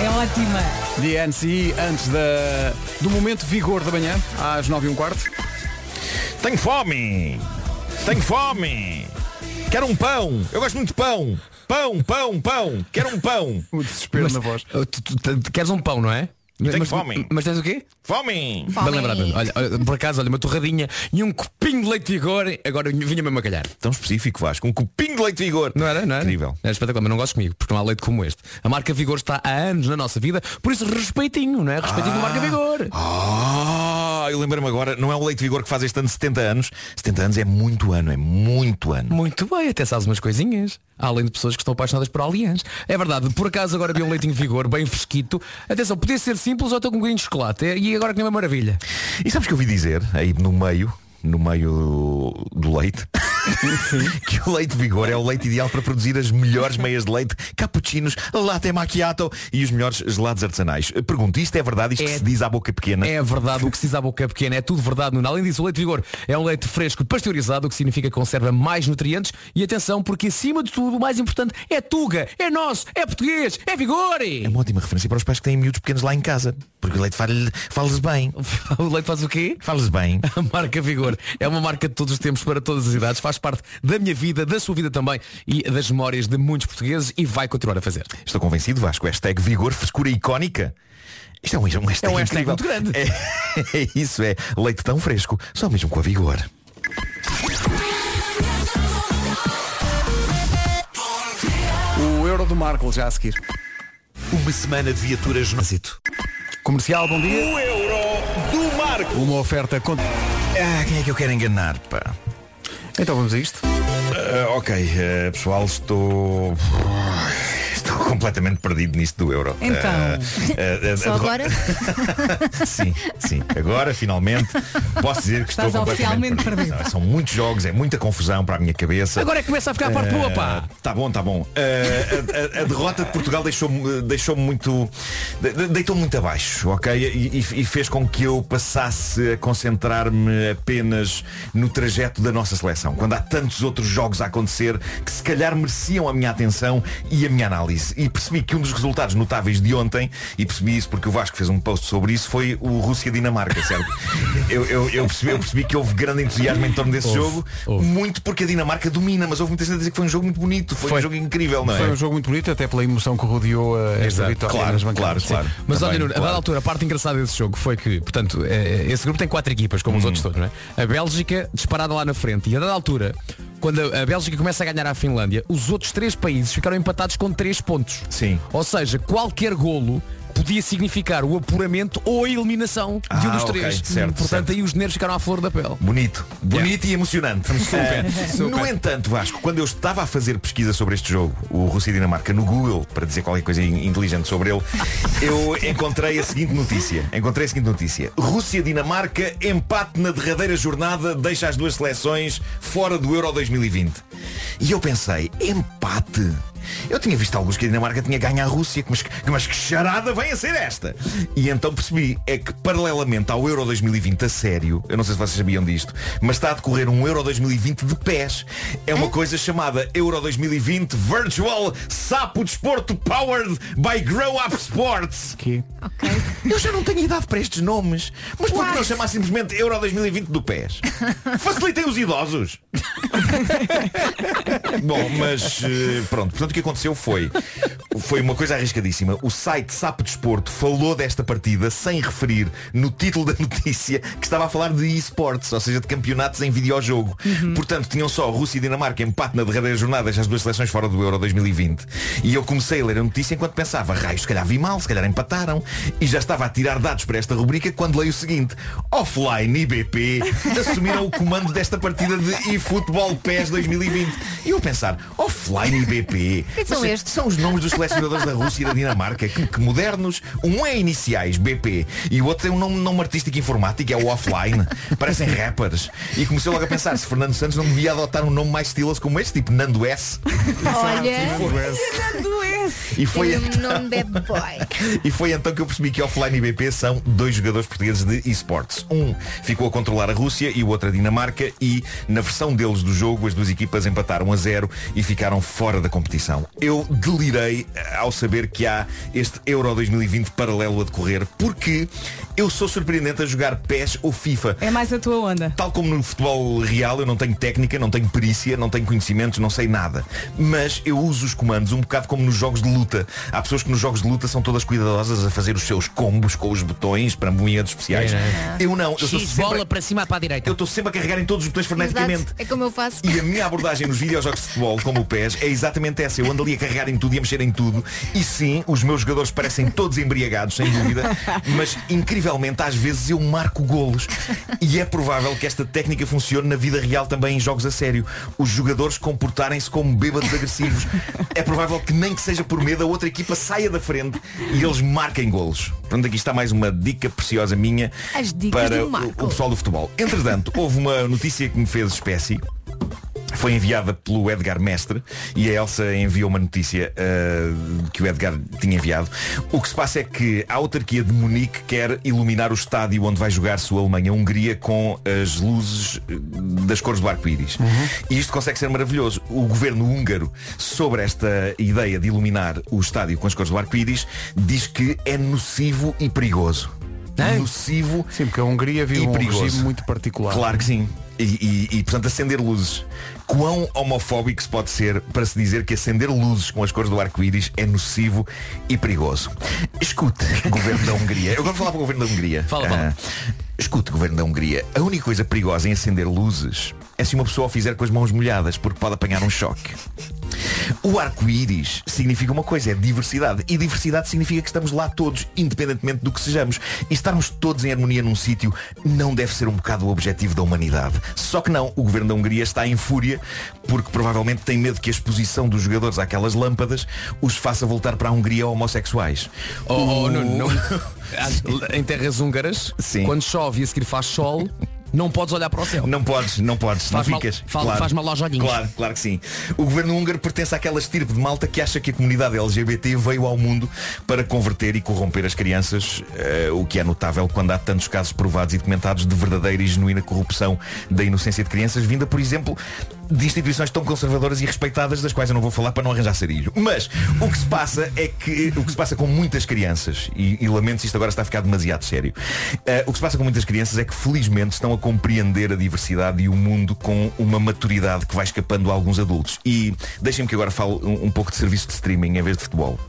S4: É ótima.
S2: The NCE antes da, do momento vigor da manhã, às 9 e um quarto.
S16: Tenho fome! Tenho fome! Quero um pão! Eu gosto muito de pão! Pão, pão, pão! Quero um pão!
S2: O desespero na voz.
S8: Tu, tu- tu queres um pão, não é?
S16: Tenho
S8: mas,
S16: fome.
S8: Mas tens o quê?
S16: Fome!
S8: Bem lembrado. Olha, olha, por acaso, olha, uma torradinha e um copinho de leite de vigor. Agora eu vinha mesmo a calhar.
S16: Tão específico, Vasco. Um copinho de leite de vigor.
S8: Não era, não era?
S16: Incrível.
S8: Era espetacular, mas não gosto comigo, porque não há leite como este. A marca Vigor está há anos na nossa vida, por isso respeitinho, não é? Respeitinho da marca Vigor.
S16: Ah, eu lembrei-me agora, não é o leite de vigor que faz este ano 70 anos. 70 anos é muito ano, é muito ano.
S8: Muito bem, até sabes umas coisinhas. Além de pessoas que estão apaixonadas por aliens. É verdade, por acaso agora vi um leitinho de vigor bem fresquito. Atenção, podia ser simples ou estou com um bocadinho de chocolate. É- E agora que não é uma maravilha.
S16: E sabes que eu ouvi dizer, aí no meio, no meio do leite, que o leite de vigor é o leite ideal para produzir as melhores meias de leite, cappuccinos, latte macchiato e os melhores gelados artesanais. Pergunto, isto é verdade? Isto que se diz à boca pequena?
S8: É verdade, o que se diz à boca pequena é tudo verdade, Nuno. Além disso, o leite de vigor é um leite fresco pasteurizado, o que significa que conserva mais nutrientes. E atenção, porque acima de tudo, o mais importante é Tuga, é nosso, é português, é vigor! É
S16: uma ótima referência para os pais que têm miúdos pequenos lá em casa. Porque o leite fala-lhe- fala-lhes bem.
S8: O leite faz o quê?
S16: Fala-lhes bem.
S8: A marca Vigor é uma marca de todos os tempos para todas as idades, faz parte da minha vida, da sua vida também e das memórias de muitos portugueses e vai continuar a fazer.
S16: Estou convencido, Vasco. Hashtag vigor, frescura icónica. Isto é um, um hashtag,
S8: É um hashtag
S16: incrível.
S8: muito grande.
S16: É, é isso, é leite tão fresco, só mesmo com a vigor.
S2: O Euro do Marco já a seguir.
S16: Uma semana de viaturas no
S2: Comercial, bom dia.
S16: O Euro do Marco.
S2: Uma oferta contra.
S16: Ah, quem é que eu quero enganar, pá?
S2: Então vamos a isto.
S16: Ah, ok, eh, pessoal, estou. Estou completamente perdido nisto do euro.
S5: Então.
S16: Eh, eh,
S5: Só
S2: é
S16: eh,
S5: agora?
S16: sim, sim. Agora, finalmente, posso dizer que estou
S4: Estás
S16: completamente
S4: oficialmente
S16: perdido.
S4: perdido.
S16: São muitos jogos, é muita confusão para a minha cabeça.
S8: Agora é que começa a ficar a parte
S16: Eh,
S8: boa, pá.
S16: Tá bom, tá bom. Eh, a, a- a derrota de Portugal deixou-me deixou muito. de- de- Deitou-me muito abaixo, ok? E, e- e fez com que eu passasse a concentrar-me apenas no trajeto da nossa seleção. Quando há tantos outros jogos a acontecer que se calhar mereciam a minha atenção e a minha análise. E percebi que um dos resultados notáveis de ontem, e percebi isso porque o Vasco fez um post sobre isso, foi o Rússia-Dinamarca, certo? eu, eu- eu percebi, eu percebi que houve grande entusiasmo em torno desse
S2: Houve,
S16: jogo,
S2: houve.
S16: muito porque a Dinamarca domina, mas houve muita gente a dizer que foi um jogo muito bonito, foi, um jogo incrível, não é?
S2: Foi um jogo muito bonito, até pela emoção que rodeou a esta
S16: Exato.
S2: vitória
S16: Claro,
S2: nas bancadas.
S16: claro, claro.
S8: Mas olha, Nuno, a dada altura, a parte engraçada desse jogo foi que, portanto, eh, esse grupo tem quatro equipas,
S16: Hum.
S8: como os outros todos, não é? A Bélgica disparada lá na frente. E a dada altura, quando a, a Bélgica começa a ganhar à Finlândia, os outros três países ficaram empatados com três pontos.
S16: Sim.
S8: Ou seja, qualquer golo podia significar o apuramento ou a eliminação de um
S16: Ah,
S8: dos
S16: ok,
S8: três.
S16: certo,
S8: Portanto, aí os nervos ficaram à flor da pele.
S16: Bonito, bonito e emocionante.
S8: Super,
S16: Eh,
S8: super.
S16: No entanto, Vasco, quando eu estava a fazer pesquisa sobre este jogo, o Rússia e Dinamarca, no Google, para dizer qualquer coisa in- inteligente sobre ele, eu encontrei a seguinte notícia. Encontrei a seguinte notícia. Rússia-Dinamarca, empate na derradeira jornada, deixa as duas seleções fora do Euro 2020. E eu pensei, empate? Eu tinha visto alguns que a Dinamarca tinha ganho à Rússia, mas, mas que charada vem a ser esta? E então percebi é que paralelamente ao Euro 2020 a sério, eu não sei se vocês sabiam disto, mas está a decorrer um Euro 2020 de pés. É uma coisa chamada Euro 2020 Virtual Sapo Desporto Powered by Grow Up Sports.
S2: Que?
S16: Eu já não tenho idade para estes nomes, mas por que não chamar é simplesmente Euro 2020 do pés? Facilitem os idosos. Bom, mas eh, pronto, portanto o que aconteceu foi Foi uma coisa arriscadíssima O site Sapo Desporto falou desta partida Sem referir no título da notícia Que estava a falar de esportes Ou seja, de campeonatos em videojogo Portanto tinham só Rússia e Dinamarca Empate na derradeira jornada As duas seleções fora do Euro 2020 E eu comecei a ler a notícia enquanto pensava Raio, se calhar vi mal, se calhar empataram E já estava a tirar dados para esta rubrica Quando leio o seguinte Offline IBP assumiram o comando desta partida de eFootball PES 2020 E eu a pensar, offline IBP
S5: Que são
S16: Mas,
S5: estes?
S16: são os nomes dos selecionadores da Rússia e da Dinamarca que, que modernos, um é iniciais BP e o outro tem um nome, nome artístico informático, é o offline Parecem rappers E comecei logo a pensar se Fernando Santos não devia adotar um nome mais estiloso como este Tipo Nando S
S5: Olha.
S16: E foi-
S5: É um nome bad boy.
S16: E foi então que eu percebi que Offline e BP são dois jogadores portugueses de esportes. Um ficou a controlar a Rússia e o outro a Dinamarca e na versão deles do jogo as duas equipas empataram a zero e ficaram fora da competição. Eu delirei eh, ao saber que há este Euro 2020 paralelo a decorrer porque eu sou surpreendente a jogar PES ou FIFA.
S4: É mais a tua onda.
S16: Tal como no futebol real, eu não tenho técnica, não tenho perícia, não tenho conhecimentos, não sei nada. Mas eu uso os comandos um bocado como nos jogos de luta. Há pessoas que nos jogos de luta são todas cuidadosas a fazer os seus combos com os botões para movimentos especiais.
S8: É, é,
S16: Eu não, eu sou
S8: X
S16: sempre,
S8: bola para cima, para a direita.
S16: eu estou sempre a carregar em todos os botões freneticamente.
S5: Exato. É como eu faço.
S16: E a minha abordagem nos videojogos de futebol, como o PES, é exatamente essa. Eu ando ali a carregar em tudo e a mexer em tudo. E sim, os meus jogadores parecem todos embriagados, sem dúvida. Mas, incrivelmente, às vezes eu marco golos. E é provável que esta técnica funcione na vida real também em jogos a sério. Os jogadores comportarem-se como bêbados agressivos. É provável que nem que seja por medo a outra equipa saia da frente e eles marquem golos. Portanto, aqui está mais uma dica preciosa minha
S5: As dicas
S16: para
S5: do
S16: o-
S5: Marco.
S16: o pessoal do futebol. Entretanto, houve uma notícia que me fez espécie. Foi enviada pelo Edgar Mestre e a Elsa enviou uma notícia ah, que o Edgar tinha enviado. O que se passa é que a autarquia de Munique quer iluminar o estádio onde vai jogar-se o Alemanha-Hungria com as luzes eh, das cores do arco-íris. E isto consegue ser maravilhoso. O governo húngaro, sobre esta ideia de iluminar o estádio com as cores do arco-íris, diz que é nocivo e perigoso. Nocivo
S2: É? Sim, porque a Hungria viu
S16: E
S2: um
S16: perigoso.
S2: regime muito particular.
S16: Claro que sim. E, e- e, portanto acender luzes. Quão homofóbico se pode ser para se dizer que acender luzes com as cores do arco-íris é nocivo e perigoso? Escute, governo da Hungria. Eu gosto de falar para o governo da Hungria. Fala, fala. escute, governo da Hungria. A única coisa perigosa em acender luzes é se uma pessoa o fizer com as mãos molhadas, porque pode apanhar um choque. O arco-íris significa uma coisa, é diversidade. E diversidade significa que estamos lá todos, independentemente do que sejamos. E estarmos todos em harmonia num sítio não deve ser um bocado o objetivo da humanidade. Só que não, o governo da Hungria está em fúria porque provavelmente tem medo que a exposição dos jogadores àquelas lâmpadas os faça voltar para a Hungria homossexuais.
S8: Oh, oh,
S16: O-
S8: Nuno, Nuno. em terras húngaras, quando chove e a seguir faz sol, não podes olhar para o céu.
S16: Não podes, não podes,
S8: Faz
S16: não
S8: mal-
S16: ficas.
S8: fala- faz mal aos olhinhos.
S16: Claro, claro que sim. O governo húngaro pertence àquela estirpe de malta que acha que a comunidade LGBT veio ao mundo para converter e corromper as crianças, eh, o que é notável quando há tantos casos provados e documentados de verdadeira e genuína corrupção da inocência de crianças, vinda, por exemplo, de instituições tão conservadoras e respeitadas, das quais eu não vou falar para não arranjar sarilho. Mas o que se passa é que o que se passa com muitas crianças, e, e lamento se isto agora está a ficar demasiado sério, eh, o que se passa com muitas crianças é que felizmente estão a compreender a diversidade e o mundo com uma maturidade que vai escapando a alguns adultos. E deixem-me que agora fale um, um pouco de serviço de streaming em vez de futebol.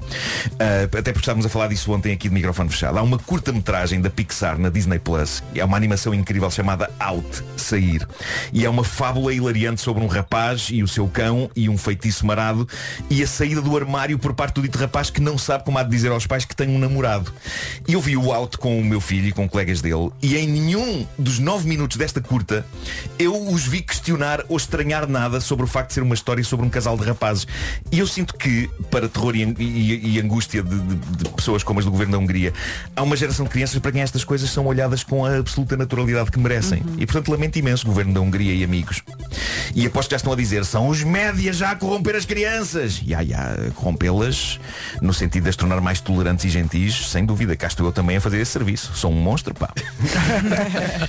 S16: Eh, até porque estávamos a falar disso ontem aqui de microfone fechado. Há uma curta-metragem da Pixar na Disney Plus. É uma animação incrível chamada Out, Sair. E é uma fábula hilariante sobre um rapaz e o seu cão e um feitiço marado e a saída do armário por parte do dito rapaz que não sabe como há de dizer aos pais que tem um namorado. E eu vi o Out com o meu filho e com colegas dele e em nenhum dos nove minutos desta curta eu os vi questionar ou estranhar nada sobre o facto de ser uma história sobre um casal de rapazes. E eu sinto que, para terror e, e- e angústia de, de- de pessoas como as do governo da Hungria, há uma geração de crianças para quem estas coisas são olhadas com a absoluta naturalidade que merecem. E portanto lamento imenso o governo da Hungria e amigos. E aposto que já estão a dizer, são os médias já a corromper as crianças. E ai, ai, corrompê-las no sentido de as tornar mais tolerantes e gentis, sem dúvida. Cá estou eu também a fazer esse serviço. Sou um monstro, pá.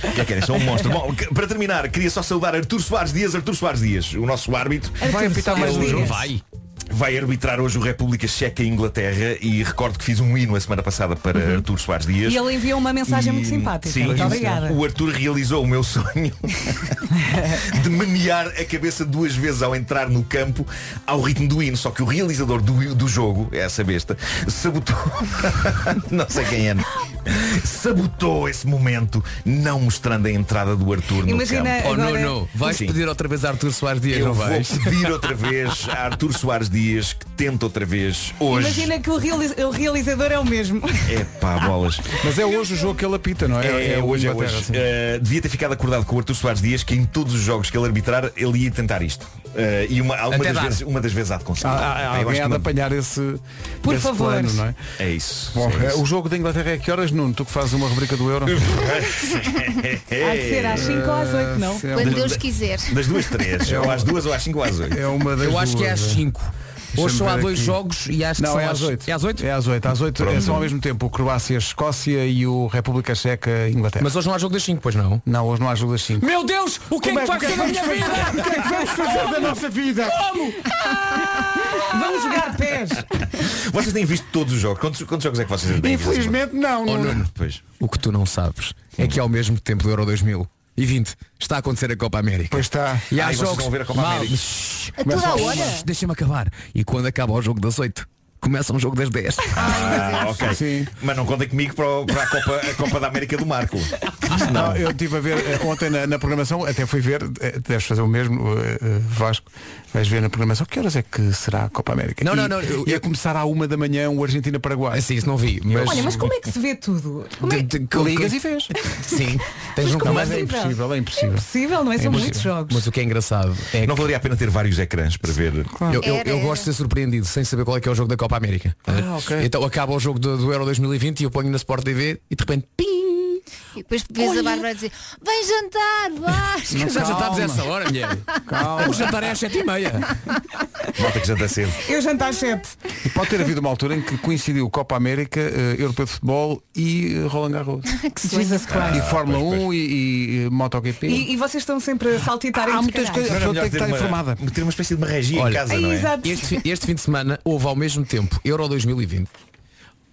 S16: O que é que querem? Sou um monstro. Bom, que- para terminar, queria só saudar Artur Soares Dias, Artur Soares Dias, o nosso árbitro.
S8: Artur Vai apitar mais um Soares jogo? Dias.
S16: Vai. Vai arbitrar hoje o República Checa e Inglaterra e recordo que fiz um hino a semana passada para Artur Soares Dias.
S4: Uhum. E ele enviou uma mensagem é muito
S16: E-
S4: simpática.
S16: Sim,
S4: Muito
S16: e o-
S4: obrigada.
S16: O Arthur realizou o meu sonho de menear a cabeça duas vezes ao entrar no campo ao ritmo do hino. Só que o realizador do, do jogo, essa besta, sabotou. não sei quem é. Sabotou esse momento, não mostrando a entrada do Arthur no
S4: Imagina
S16: campo.
S8: Oh,
S4: agora-
S8: Nuno, vais
S16: Sim.
S8: pedir outra vez a Arthur Soares Dias,
S16: Eu
S8: não
S16: vou
S8: vais?
S16: pedir outra vez a Arthur Soares Dias que tente outra vez hoje.
S4: Imagina que o, reali- o realizador é o mesmo.
S16: É pá, bolas.
S2: Mas é hoje o jogo que ele apita, não é?
S16: É, é hoje, é
S2: Inglaterra,
S16: hoje.
S2: sim.
S16: Eh, devia ter ficado acordado com o Artur Soares Dias que em todos os jogos que ele arbitrar ele ia tentar isto. Eh, e uma, alguma
S2: Até
S16: das
S2: dar.
S16: vezes, uma das vezes há de conseguir.
S2: Há- há- há
S16: Ah, Eu acho
S2: alguém
S16: que
S2: ah, há de
S16: uma-
S2: apanhar esse,
S16: Por
S2: esse
S16: favor.
S2: plano, não é?
S16: É isso.
S2: Bom,
S16: é
S2: eh,
S16: isso.
S2: o jogo da Inglaterra é que horas, Nuno? Tu que fazes uma rubrica do Euro?
S16: Há
S4: de ser às cinco ou às oito, não?
S5: Quando Deus quiser.
S16: Das duas, três.
S2: É
S16: ou
S2: uma-
S16: às duas, ou às cinco, ou às oito.
S2: um, É uma das
S8: Eu acho que é às
S2: duas,
S8: 5.
S2: Deixa-me
S8: Hoje só há
S2: ver
S8: dois
S2: aqui.
S8: jogos e acho que
S2: não,
S8: são
S2: é às 8.
S8: É às 8?
S2: É às 8. Às 8
S8: Pronto.
S2: são ao mesmo tempo o Croácia, Escócia e o República Checa, Inglaterra.
S8: Mas hoje não há jogo das 5, pois não?
S2: Não, hoje não há jogo das 5.
S8: Meu Deus, o que
S2: Como
S8: é que vai
S2: que
S8: ser da minha
S2: vamos
S8: vida?
S2: fazer? O que é que vamos fazer da nossa vida?
S8: Como? Ah!
S4: Vamos jogar pés.
S16: Vocês têm visto todos os jogos. Quantos, quantos jogos é que vocês têm visto?
S2: Infelizmente não,
S8: Oh,
S2: não.
S8: Nuno,
S16: Pois.
S8: o que tu não sabes é que ao mesmo tempo do Euro 2020 está a acontecer a Copa América.
S2: Pois está.
S8: E há
S16: Ah, e vocês
S8: jogos.
S16: vão ver a Copa
S8: Mal-
S16: América.
S8: Shhh.
S5: A toda
S8: Começa-
S5: hora?
S8: Shhh, Deixa-me acabar. E quando acaba o jogo das 8, começa um jogo das 10.
S16: Ah, ok. Mas não contem comigo para, o- para a, Copa, a Copa da América do Marco.
S2: Não, eu estive a ver eh, ontem na, na programação, até fui ver, eh, deves fazer o mesmo, eh, eh, Vasco, vais ver na programação que horas é que será a Copa América.
S8: Não,
S2: e,
S8: não, não, eu-
S2: e a começar à uma da manhã o Argentina-Paraguai.
S8: Assim, isso não vi. Mas...
S4: Olha, mas como é que se vê tudo? Como é
S8: De- de-
S4: que ligas e vês?
S8: Sim. Tens
S4: Mas
S8: um
S4: como
S8: comando-
S4: é
S2: É impossível, é impossível.
S4: Possível, não é? São muitos jogos.
S8: Mas o que é engraçado é que
S16: Não valeria a pena ter vários ecrãs para ver.
S8: Eu, eu-
S4: Era,
S8: eu
S4: era.
S8: gosto de ser surpreendido sem saber qual é que é o jogo da Copa América. Então acaba o jogo do, do Euro 2020 e eu ponho na Sport TV e de repente pim!
S5: E depois vês a Bárbara dizer, vem jantar, Vasco.
S8: já jantámos a essa hora, mulher. O jantar é às 7 e meia.
S16: Malta que janta cedo.
S4: Eu janto às 7.
S2: E pode ter havido uma altura em que coincidiu Copa América, eh, Europeu de Futebol e eh, Roland Garros.
S4: Jesus
S2: e
S4: Christ.
S2: Fórmula 1 e, e, eh, MotoGP.
S4: E, e vocês estão sempre a saltitar
S2: Há muitas coisas, a
S16: Não era
S2: pessoa
S16: melhor
S2: tem que
S16: ter
S2: estar
S16: uma-
S2: informada.
S16: Ter uma espécie de uma regia em
S8: Olha,
S16: casa, não é?
S4: Exato.
S8: Este, fi- este fim de semana houve ao mesmo tempo Euro 2020.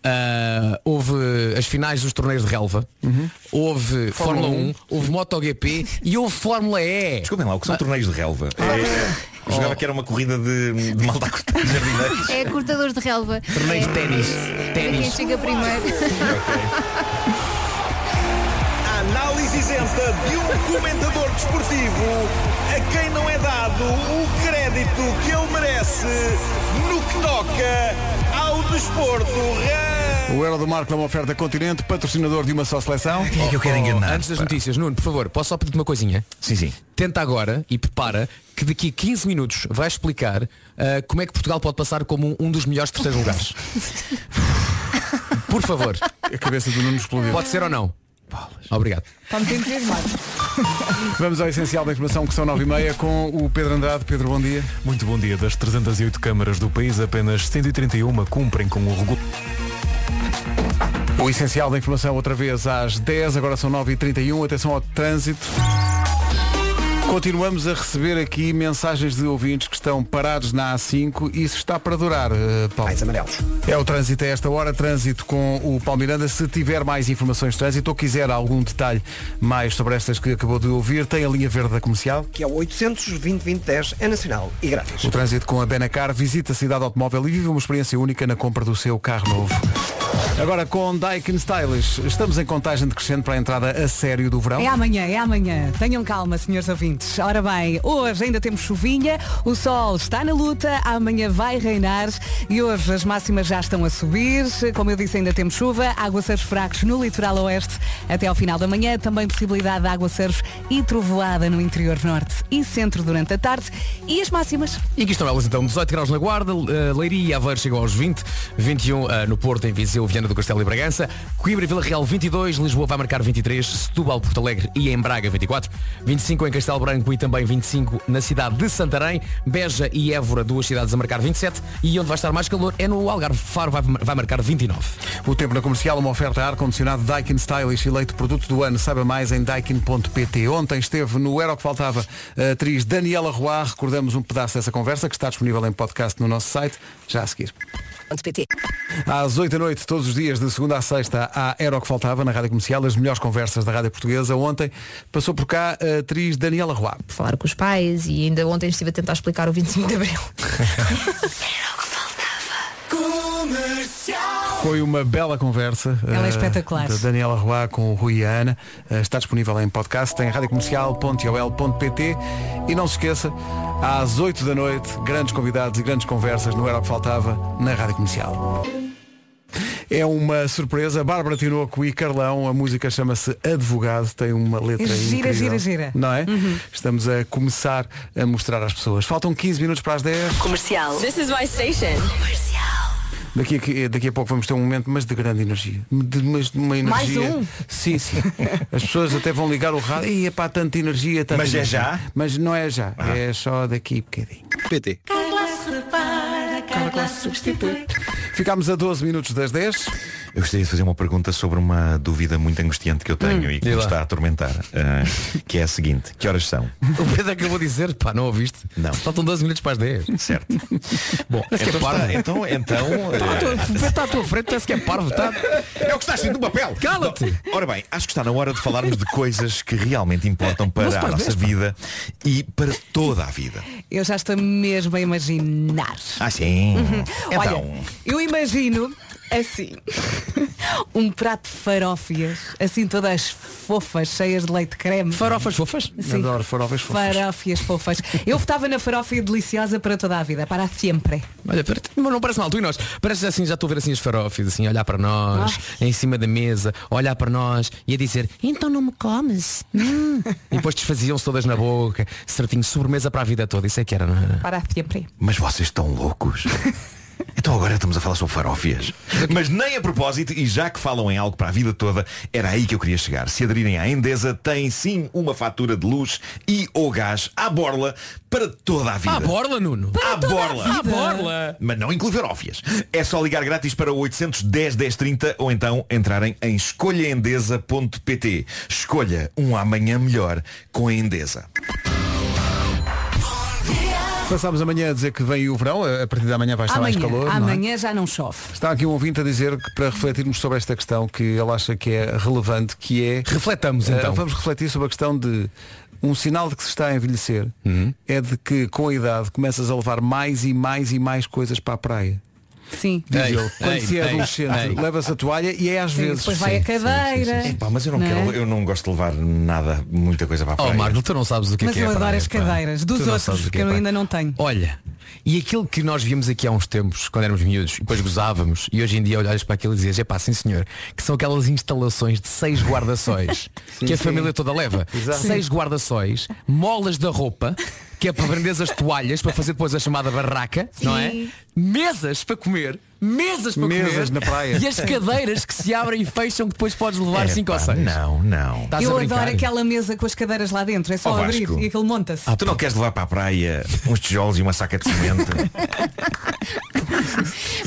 S8: ah, houve as finais dos torneios de relva,
S2: Uhum.
S8: houve
S16: Fórmula
S8: Fórmula, 1, houve MotoGP e houve Fórmula E.
S16: Desculpem lá, o que
S4: Ah.
S16: são torneios de relva? É,
S18: Oh.
S16: eu jogava que era uma corrida de, de malta a cortar os jardineiros.
S5: É cortadores de relva.
S8: Torneios de ténis.
S5: É
S8: Ténis.
S5: quem chega primeiro.
S1: Análise isenta de um comentador desportivo
S19: a quem não é dado o crédito que ele merece no que toca ao desporto.
S2: O Euro do Marco é uma oferta continente, patrocinador de uma só seleção.
S8: Quem é
S16: Oh.
S8: que eu quero enganar? Antes das notícias, Nuno, por favor, posso só pedir-te uma coisinha?
S16: Sim, sim.
S8: Tenta agora e prepara que daqui a 15 minutos vai explicar ah, como é que Portugal pode passar como um dos melhores terceiros lugares. Por favor.
S2: A cabeça do Nuno explodiu.
S8: Pode ser ou não? Obrigado.
S4: Está-me tendo de
S2: Vamos ao essencial da informação que são 9 e meia com o Pedro Andrade. Pedro, bom dia.
S18: Muito bom dia. Das 308 câmaras do país, apenas 131 cumprem com o regulamento.
S2: O essencial da informação outra vez às 10, agora são 9h31. Atenção ao trânsito. Continuamos a receber aqui mensagens de ouvintes que estão parados na A5 e isso está para durar, eh, Paulo. Mais
S7: amarelos.
S2: É o trânsito a esta hora, trânsito com o Paulo Miranda. Se tiver mais informações de trânsito ou quiser algum detalhe mais sobre estas que acabou de ouvir, tem a linha verde da comercial.
S7: Que é o 820-2010, é nacional e grátis.
S2: O trânsito com a Benacar visita a cidade automóvel e vive uma experiência única na compra do seu carro novo. Agora com Daikin Stylish, estamos em contagem decrescente para a entrada a sério do verão.
S4: É amanhã, é amanhã. Tenham calma, senhores ouvintes. Ora bem, hoje ainda temos chuvinha, o sol está na luta, amanhã vai reinar e hoje as máximas já estão a subir. Como eu disse, ainda temos chuva, aguaceiros fracos no litoral oeste até ao final da manhã. Também possibilidade de aguaceiros e trovoada no interior norte e centro durante a tarde. E as máximas?
S8: E aqui estão elas então, 18 graus na Guarda, eh, Leiria e Aveiro chegam aos 20, 21 eh, no Porto, em Viseu, Viana do Castelo e Bragança, Coimbra e Vila Real 22, Lisboa vai marcar 23, Setúbal, Porto Alegre e em Braga 24, 25 em Castelo Branco e também 25 na cidade de Santarém, Beja e Évora, duas cidades a marcar 27 e onde vai estar mais calor é no Algarve, Faro vai, vai marcar 29.
S2: O tempo na comercial, uma oferta a ar-condicionado Daikin Stylish, eleito produto do ano. Saiba mais em daikin.pt. Ontem esteve no Era o que Faltava a atriz Daniela Roar. Recordamos um pedaço dessa conversa que está disponível em podcast no nosso site. Já a seguir. Às 8 da noite, todos os dias, de segunda à sexta, há Era o que Faltava na Rádio Comercial, as melhores conversas da Rádio Portuguesa. Ontem passou por cá a atriz Daniela Roar.
S20: falar com os pais e ainda ontem estive a tentar explicar o 25 de Abril.
S2: Foi uma bela conversa.
S4: Ela é
S2: eh,
S4: espetacular.
S2: Da Daniela Roá com o Rui e a Ana. Eh, Está disponível em podcast em radiocomercial.ol.pt e não se esqueça, às 8 da noite, grandes convidados e grandes conversas no Era o que Faltava na Rádio Comercial. É uma surpresa. Bárbara Tinoco e Carlão, a música chama-se Advogado, tem uma letra
S4: Gira,
S2: incrível.
S4: gira, gira.
S2: Não é?
S4: Uhum.
S2: Estamos a começar a mostrar às pessoas. Faltam 15 minutos para as 10.
S21: Comercial. This is my station.
S2: Daqui a, que- daqui a pouco vamos ter um momento, mas de grande energia. De, mas de uma
S21: Mais
S2: energia.
S21: um?
S2: Sim, sim. As pessoas até vão ligar o rádio. E pá, tanta energia, tanta
S16: Mas é
S2: energia."
S16: já? Ah.
S2: Mas não é já. É só daqui a bocadinho. PT.
S21: Carla se repara, Carla substitui.
S2: Ficámos a 12 minutos das 10.
S16: Eu gostaria de fazer uma pergunta sobre uma dúvida muito angustiante que eu tenho
S8: Hum.
S16: e que
S8: Diga
S16: me
S8: lá.
S16: está a atormentar, ah, que é a seguinte. Que horas são?
S8: O Pedro acabou de dizer, pá, não ouviste?
S16: Não.
S8: Faltam 12 minutos para as 10.
S16: Certo.
S8: Bom,
S16: Então está, então- então, eh,
S8: Está à tua frente, parece que é parvo. Está...
S16: É o que está escrito no papel.
S8: Cala-te!
S16: Ora bem, acho que está na hora de falarmos de coisas que realmente importam
S4: Não se
S16: para a
S4: faz
S16: nossa
S4: dez, pá.
S16: vida e para toda a vida.
S4: Eu já estou mesmo a imaginar.
S16: Ah, sim.
S4: Uhum.
S16: Então,
S4: Olha, eu imagino assim um prato de farófias, assim todas fofas, cheias de leite de creme.
S8: Farofas fofas?
S4: Sim.
S2: Adoro farófias fofas.
S4: Farófias fofas. Eu votava na farófia deliciosa para toda a vida, para sempre.
S8: Olha, pera- mas não parece mal, tu e nós. Parece assim, já estou a ver assim as farófias, assim, a olhar para nós,
S4: Ah.
S8: em cima da mesa, a olhar para nós e a dizer, então não me comes. Hum. e depois desfaziam-se todas na boca, certinho, sobremesa para a vida toda. Isso é que era, não era?
S4: Para sempre.
S16: Mas vocês estão loucos. Então agora estamos a falar sobre farófias. Mas nem a propósito, e já que falam em algo para a vida toda, era aí que eu queria chegar. Se aderirem à Endesa, tem sim uma fatura de luz e ou gás à borla para toda a vida.
S8: À Ah, borla, Nuno? Para
S16: à
S8: toda a
S16: borla.
S8: vida. À borla.
S16: Mas não inclui farófias. É só ligar grátis para o 810 1030 ou então entrarem em escolhaendesa.pt. Escolha um amanhã melhor com a Endesa.
S2: Passámos amanhã a dizer que vem o verão. A a partir da manhã vai estar
S4: amanhã
S2: mais calor. não é?
S4: amanhã já não chove.
S2: Está aqui um ouvinte a dizer que para refletirmos sobre esta questão que ele acha que é relevante, que é.
S8: Refletamos
S2: Eh,
S8: então.
S2: vamos refletir sobre a questão de um sinal de que se está a envelhecer é de que com a idade começas a levar mais e mais e mais coisas para a praia.
S4: Sim.
S2: Diz
S4: Ei,
S2: ele, quando
S4: ei,
S2: se é
S4: ei,
S2: adolescente,
S4: ei.
S2: leva-se a toalha e é às
S4: Sim,
S2: vezes.
S4: depois vai a cadeira.
S16: Epá, mas eu não,
S4: Não é?
S16: quero, eu não gosto de levar nada, muita coisa para a
S8: Oh,
S16: praia.
S8: Marco, tu não sabes o que é
S4: Mas
S8: que é
S4: eu
S8: a
S4: adoro
S8: praia,
S4: as
S8: pá.
S4: cadeiras dos
S8: Tu não
S4: outros,
S8: sabes o
S4: porque
S8: é
S4: eu
S8: a
S4: ainda
S8: praia.
S4: não tenho.
S8: Olha, e aquilo que nós víamos aqui há uns tempos, quando éramos miúdos, e depois gozávamos, e hoje em dia olhas para aquilo e dizes, é pá, sim senhor, que são aquelas instalações de seis guarda-sóis,
S16: Sim,
S8: que a
S16: sim.
S8: família toda leva.
S16: Exato.
S8: Seis
S16: Sim.
S8: guarda-sóis, molas da roupa, que é para prenderes as toalhas, para fazer depois a chamada barraca, não é?
S16: Sim.
S8: Mesas para comer. Mesas para
S2: Mesas
S8: comer
S2: na praia.
S8: E as cadeiras que se abrem e fecham que depois podes levar
S16: Epá,
S8: cinco ou seis
S16: Não, não.
S8: Estás
S4: eu
S8: a brincar?
S4: adoro aquela mesa com as cadeiras lá dentro, é só
S16: Ó,
S4: abrir
S16: Vasco.
S4: e aquilo monta-se.
S16: tu não queres levar para a praia uns tijolos e uma saca de cimento? E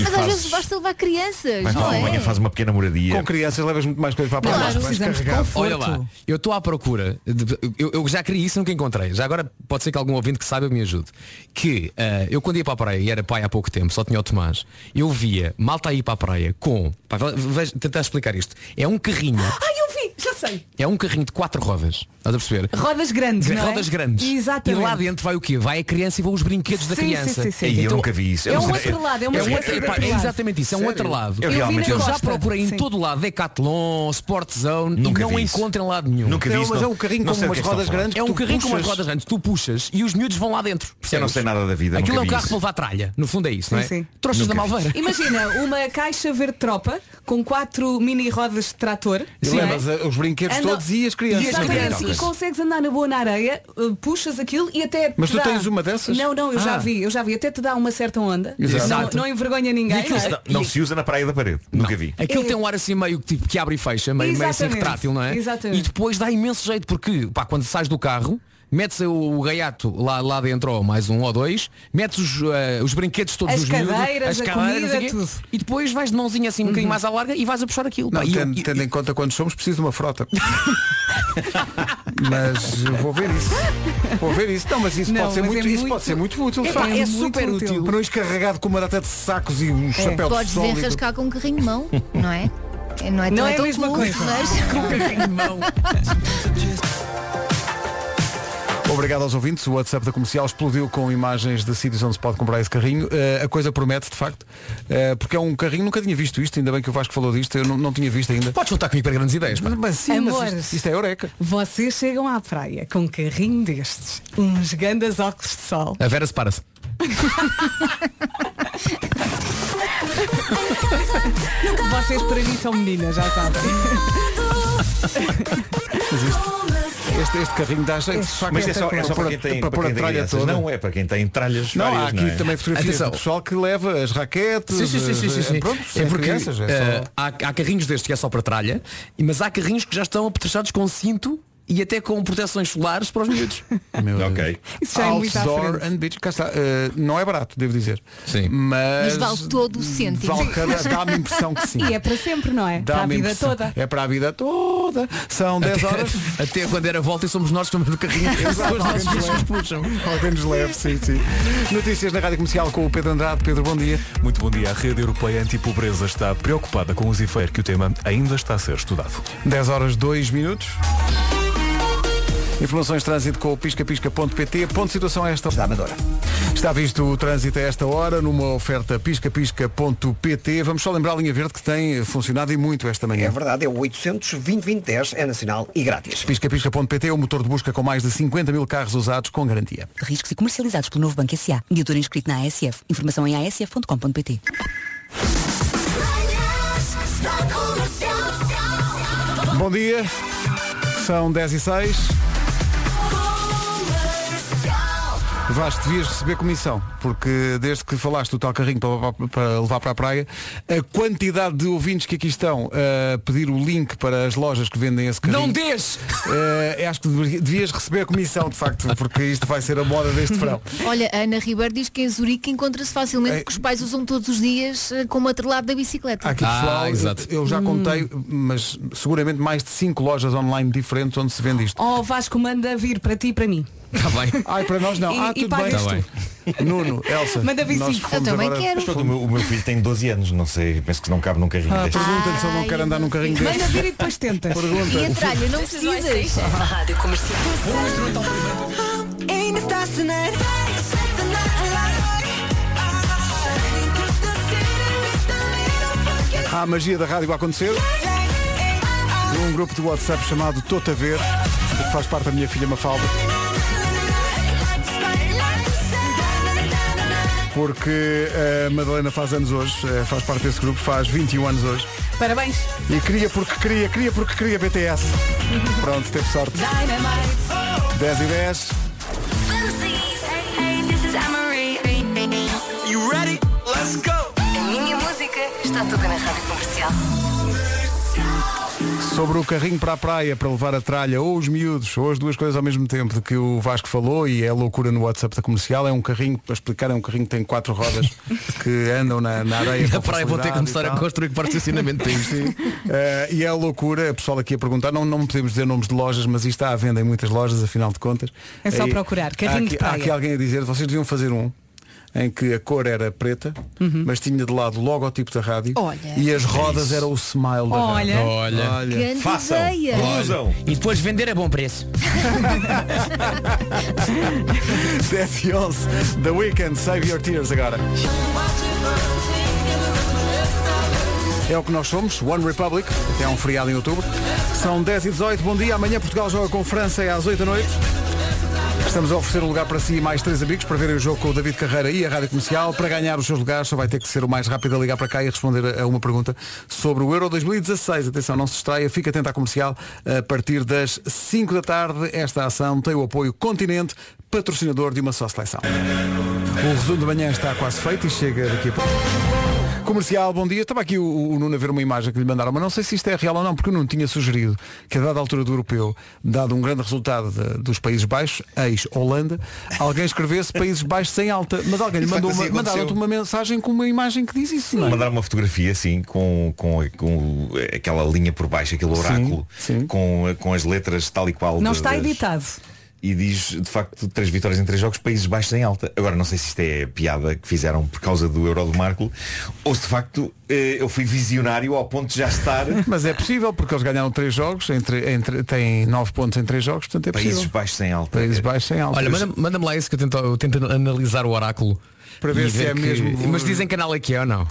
S5: Mas às
S16: fazes-
S5: vezes basta levar crianças,
S16: Vais para
S5: não
S16: a
S5: é?
S16: Alemanha, faz uma pequena moradia.
S2: Com crianças levas muito mais coisas para a praia.
S5: Claro,
S2: Vais
S5: precisamos de
S2: carregado.
S8: Olha lá, eu estou à procura, de- eu, eu já queria isso e nunca encontrei. Já agora pode ser que algum ouvinte que saiba me ajude. Que ah, eu quando ia para a praia, e era pai há pouco tempo, só tinha o Tomás, eu via malta ir para a praia com. Pá, ve- veja- tentar explicar isto. É um carrinho,
S4: Ai, eu vi, já sei.
S8: é um carrinho de quatro rodas. Estás a perceber?
S4: Rodas grandes, não é?
S8: Rodas grandes.
S4: Exatamente.
S8: E lá dentro vai o quê? Vai a criança e vão os brinquedos da
S4: Sim,
S8: criança.
S4: sim, sim, sim. Ei, eu
S16: nunca vi isso.
S4: É um atrelado, é uma espécie de
S8: epá, é
S4: atrelado.
S8: exatamente isso, é um
S4: Sério?
S8: outro lado.
S16: Eu Eu vi realmente- na
S8: eu já
S16: costa.
S8: procurei em
S16: Sim.
S8: todo lado, Decathlon, Sport Zone,
S16: Nunca
S8: e não
S16: vi isso.
S8: encontro em lado nenhum.
S16: Nunca vi Não, isso, mas não- é um carrinho não com sei do umas que estão a rodas falar. grandes
S8: É
S16: que tu
S8: um carrinho com umas
S16: puxas.
S8: rodas grandes, tu puxas e os miúdos vão lá dentro.
S16: Eu não sei nada da vida.
S8: Aquilo é
S16: nunca
S8: um
S16: vi
S8: carro para
S16: isso.
S8: levar tralha, no fundo é isso,
S16: Sim,
S8: não é?
S16: sim.
S8: Trouxas da
S16: Nunca vi.
S8: Malveira.
S4: Imagina uma caixa verde tropa com quatro mini rodas de trator.
S2: E
S4: não é?
S2: levas eh, os brinquedos
S4: Andam-
S2: todos e as crianças. é?
S4: Exatamente, e consegues andar na boa na areia, uh, puxas aquilo e até. te
S2: Mas tu
S4: dá-
S2: tens uma dessas?
S4: Não, não, eu já
S2: Ah.
S4: vi, eu já vi. Até te dá uma certa onda.
S16: Exato.
S4: Não, não envergonha ninguém.
S16: Aquilo se-
S4: não é?
S16: Não, se usa na praia da parede. Nunca
S18: É
S16: vi.
S8: Aquilo tem um ar assim meio que, tipo, que abre e fecha, meio, meio assim
S4: Exatamente.
S8: retrátil, não é?
S4: Exatamente.
S8: E depois dá imenso jeito, porque pá, quando sais do carro, metes o, o gaiato lá, lá dentro, ou mais um ou dois, metes os, eh, os brinquedos todos
S4: As
S8: os miúdos,
S4: cadeiras,
S8: as
S4: a
S8: cadeiras, não sei
S4: comida, Uhum.
S8: o quê, e depois vais de mãozinha assim um bocadinho mais à larga e vais a puxar aquilo.
S2: Não,
S8: pá, e-
S2: tendo,
S8: e-
S2: tendo em conta quantos somos, preciso de uma frota. mas eu vou ver isso. Vou ver isso. Não, mas isso,
S4: Não,
S2: pode, ser
S4: mas
S2: muito,
S4: é
S2: isso
S4: muito-
S2: pode ser muito útil. de
S4: Epá,
S2: facto.
S4: é super
S2: muito
S4: útil.
S2: Para não escarregado com uma data de sacos e um
S8: É.
S2: chapéu de
S5: Podes
S2: sol. e-
S5: desenrascar com um carrinho de mão, não é? É, Não é,
S4: Não
S5: tão,
S4: é a
S5: tão
S4: mesma
S5: cool,
S4: coisa.
S5: mas com um carrinho de mão.
S2: Obrigado aos ouvintes. O WhatsApp da comercial explodiu com imagens de sítios onde se pode comprar esse carrinho. Eh, a coisa promete, de facto, eh, porque é um carrinho. Nunca tinha visto isto. Ainda bem que o Vasco falou disto. Eu não, não tinha visto ainda.
S8: Podes contar comigo para grandes ideias.
S2: Mas, mas sim, mas
S4: Amores.
S2: isto, isto é eureka.
S4: Vocês chegam à praia com um carrinho destes, uns grandes óculos de sol.
S8: A Vera separa-se.
S4: Vocês para mim são meninas, já sabem.
S2: Mas isto- este, este carrinho dá jeito. de facto,
S16: Mas é só, é só para
S2: pôr
S16: quem
S2: a-
S16: tem, para
S2: para pôr
S16: quem
S2: a
S16: tem
S2: tralha
S16: crianças.
S2: toda.
S16: Não é para quem tem tralhas
S2: Não,
S16: várias,
S2: há aqui
S16: não é?
S2: também fotografias
S8: Atenção.
S2: do pessoal que leva as raquetes.
S8: Sim, sim, sim, sim, sim,
S2: as-
S8: sim.
S2: Pronto,
S8: é
S2: sem
S8: porque
S2: crianças. É
S8: eh,
S2: só...
S8: há, há carrinhos destes que é só para tralha, mas há carrinhos que já estão apetrechados com cinto e até com proteções solares para os miúdos.
S16: ok.
S4: Isso já é muito à
S2: Outdoor
S4: frente.
S2: and beach. Cá está. Eh, não é barato, devo dizer.
S8: Sim.
S5: Mas
S2: Mas,
S5: vale todo o cêntimo.
S2: vale cada- dá-me a impressão que sim.
S4: E é para sempre, não é? para a
S2: Dá-me
S4: vida
S3: um
S2: impressão.
S4: toda.
S2: É para a vida toda. São 10 horas.
S8: Até, até quando era volta e somos nós que estamos no carrinho. São
S2: Exato,
S8: os nossos
S2: alguém nos
S8: filhos que nos
S2: leva.
S8: puxam.
S2: Alguém nos leve, sim, sim. Notícias na Rádio Comercial com o Pedro Andrade. Pedro, bom dia.
S18: Muito bom dia. A rede europeia antipobreza está preocupada com os efeitos que o tema ainda está a ser estudado.
S2: 10 horas 2 minutos. Informações de trânsito com o piscapisca.pt. Ponto de situação a esta da Amadora. Está visto o trânsito a esta hora numa oferta piscapisca.pt. Vamos só lembrar a linha verde que tem funcionado e muito esta manhã.
S7: É verdade, é o 800 é nacional e grátis.
S2: Piscapisca.pt é o motor de busca com mais de 50 mil carros usados com garantia.
S3: de riscos e comercializados pelo novo Banco SA. Mediador inscrito na ASF. Informação em asf.com.pt.
S2: Bom dia, são 10 e 6. Vasco, devias receber comissão, porque desde que falaste do tal carrinho para, levar- para levar para a praia, a quantidade de ouvintes que aqui estão eh, a pedir o link para as lojas que vendem esse carrinho.
S8: Não dês!
S2: eh, eu acho que devias receber comissão, de facto, porque isto vai ser a moda deste verão.
S5: Olha, a Ana Ribeiro diz que em Zurique encontra-se
S4: É.
S5: facilmente porque os pais usam todos os dias eh, como atrelado da bicicleta.
S4: Ah,
S2: Há aqui
S16: Ah,
S2: pessoal, eu- eu, já
S4: Hum.
S2: contei, mas seguramente mais de 5 lojas online diferentes onde se vende isto.
S4: Ó Oh, Vasco, manda vir para ti e para mim.
S8: Está bem.
S2: Ai, para nós não.
S4: E-
S2: ah,
S4: e
S2: tudo bem.
S4: pagas
S2: Tá bem. Nuno, Elsa.
S4: Manda vir
S2: nós
S4: cinco.
S2: fomos
S4: Eu também
S2: agora-
S4: quero.
S16: Mas pronto, o meu, o meu filho tem 12 anos, não sei, penso que não cabe num carrinho
S2: Ah,
S16: deste.
S2: pergunta-lhe se ele não quer andar num carrinho deste.
S4: Manda vir e depois tentas.
S2: Pergunta.
S5: E a tralha, não precisas.
S3: Rádio Comercial.
S2: Há a magia da rádio a acontecer. Um grupo de WhatsApp chamado Tota Ver, que faz parte da minha filha Mafalda. Porque a Madalena faz anos hoje, eh, faz parte desse grupo, faz 21 anos hoje.
S4: Parabéns.
S2: E queria porque queria, queria porque queria BTS. Pronto, teve sorte. 10 e 10.
S19: You ready? Let's go!
S11: A minha música está toda na rádio comercial.
S2: Sobre o carrinho para a praia para levar a tralha ou os miúdos, ou as duas coisas ao mesmo tempo de que o Vasco falou e é loucura no WhatsApp da comercial, é um carrinho, para explicar, é um carrinho que tem quatro rodas que andam na, na areia.
S8: Na
S2: com
S8: praia vou ter que
S2: facilidade e
S8: começar a
S2: tal.
S8: construir que partes de estacionamento temos.
S2: Sim. Eh, e é loucura, a pessoal aqui a perguntar, não, não podemos dizer nomes de lojas, mas isto está à venda em muitas lojas, afinal de contas.
S4: É só
S2: Aí,
S4: procurar, carrinho
S2: há aqui,
S4: de
S2: há
S4: praia.
S2: aqui alguém a dizer, vocês deviam fazer um em que a cor era preta,
S4: Uhum.
S2: mas tinha de lado logo o tipo da rádio
S4: Olha.
S2: e as rodas era o smile da
S4: Olha.
S2: rádio.
S8: Olha.
S5: Grande ideia.
S8: E depois vender a bom preço.
S2: 10 e 11 The Weekend, Save Your Tears agora É o que nós somos, One Republic Até um feriado em outubro São 10 e 18, bom dia, amanhã Portugal joga com França é às 8 da noite Estamos a oferecer um lugar para si e mais três amigos para verem o jogo com o David Carreira e a Rádio Comercial. Para ganhar os seus lugares, só vai ter que ser o mais rápido a ligar para cá e responder a uma pergunta sobre o Euro 2016. Atenção, não se distraia, fica atento à comercial a partir das 5 da tarde. Esta ação tem o apoio Continente, patrocinador de uma só seleção. O resumo de manhã está quase feito e chega daqui a pouco. Comercial, bom dia. Estava aqui o, o Nuno a ver uma imagem que lhe mandaram, mas não sei se isto é real ou não, porque o Nuno tinha sugerido que a dada altura do europeu, dado um grande resultado de- dos Países Baixos, ex-Holanda, alguém escrevesse Países Baixos sem alta. Mas alguém lhe
S16: De facto,
S2: mandou uma,
S16: assim aconteceu.
S2: mandaram-te uma mensagem com uma imagem que diz isso, não é?
S16: Mandaram uma fotografia assim com, com, com aquela linha por baixo, aquele
S2: Sim,
S16: oráculo, Com, com as letras tal e qual.
S4: Não
S16: de-
S4: está
S16: das-
S4: editado.
S16: E diz, de facto, três vitórias em três jogos, Países Baixos em alta. Agora, não sei se isto é piada que fizeram por causa do Euro do Marco, ou se de facto eh, eu fui visionário ao ponto de já estar
S2: Mas é possível, porque eles ganharam três jogos, entre, entre, têm nove pontos em três jogos, portanto é possível.
S16: Países Baixos em alta.
S2: Países Baixos sem alta.
S8: Olha, manda- manda-me lá isso que eu tento, eu tento analisar o oráculo.
S2: Para ver
S8: e
S2: se é
S8: que-
S2: mesmo-
S8: Mas dizem canal é que é ou não?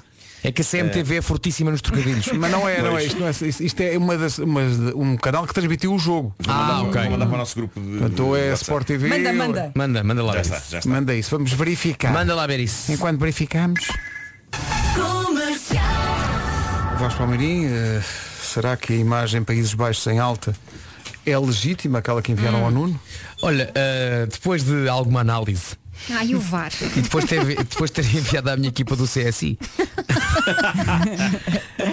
S8: É que a CMTV é, fortíssima nos trocadilhos.
S2: Mas não é, não é isto. Não é, isto isto é uma das, umas de- um canal que transmitiu o jogo.
S8: Ah, ok.
S16: Vou mandar um para o nosso grupo de.
S2: Portanto, é Sport TV.
S4: Manda, manda.
S8: Manda, manda lá.
S16: Já
S8: isso.
S16: está, já está.
S2: Manda isso, vamos verificar.
S8: Manda lá ver isso.
S2: Enquanto verificamos. Vasco Palmeirim, eh, será que a imagem Países Baixos em alta é legítima, aquela que enviaram
S4: Hum.
S2: ao Nuno?
S8: Olha, eh, depois de alguma análise
S5: Ai, o VAR.
S8: e depois ter, depois ter enviado à minha equipa do CSI.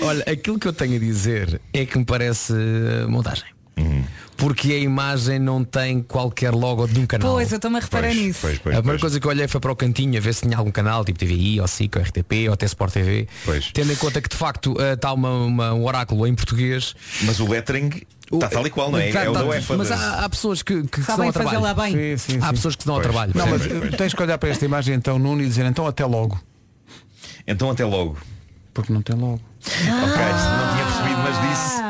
S8: Olha, aquilo que eu tenho a dizer é que me parece eh, montagem.
S16: Uhum.
S8: Porque a imagem não tem qualquer logo de um canal.
S4: Pois, eu também reparei Pois, nisso. pois,
S8: a primeira coisa que eu olhei foi para o cantinho a ver se tinha algum canal, tipo TVI, ou SIC, ou RTP, ou até Sport TV. Tendo em conta que de facto eh, está uma, uma- um oráculo em português.
S16: Mas o lettering está tal e qual, não é?
S8: Tá,
S16: é o
S8: tá,
S16: da UEFA.
S8: mas
S16: da-
S8: há, há pessoas que, que, que
S4: Sabem
S8: se dão ao
S4: fazê-la
S8: trabalho.
S4: bem. Sim,
S8: Há pessoas que se dão ao trabalho.
S2: Ah, Não, mas
S8: percebes?
S2: eh, tens que olhar para esta imagem então, Nuno, e dizer então até logo.
S16: Então até logo.
S2: Porque não tem logo.
S16: Ok, não tinha percebido, mas disse.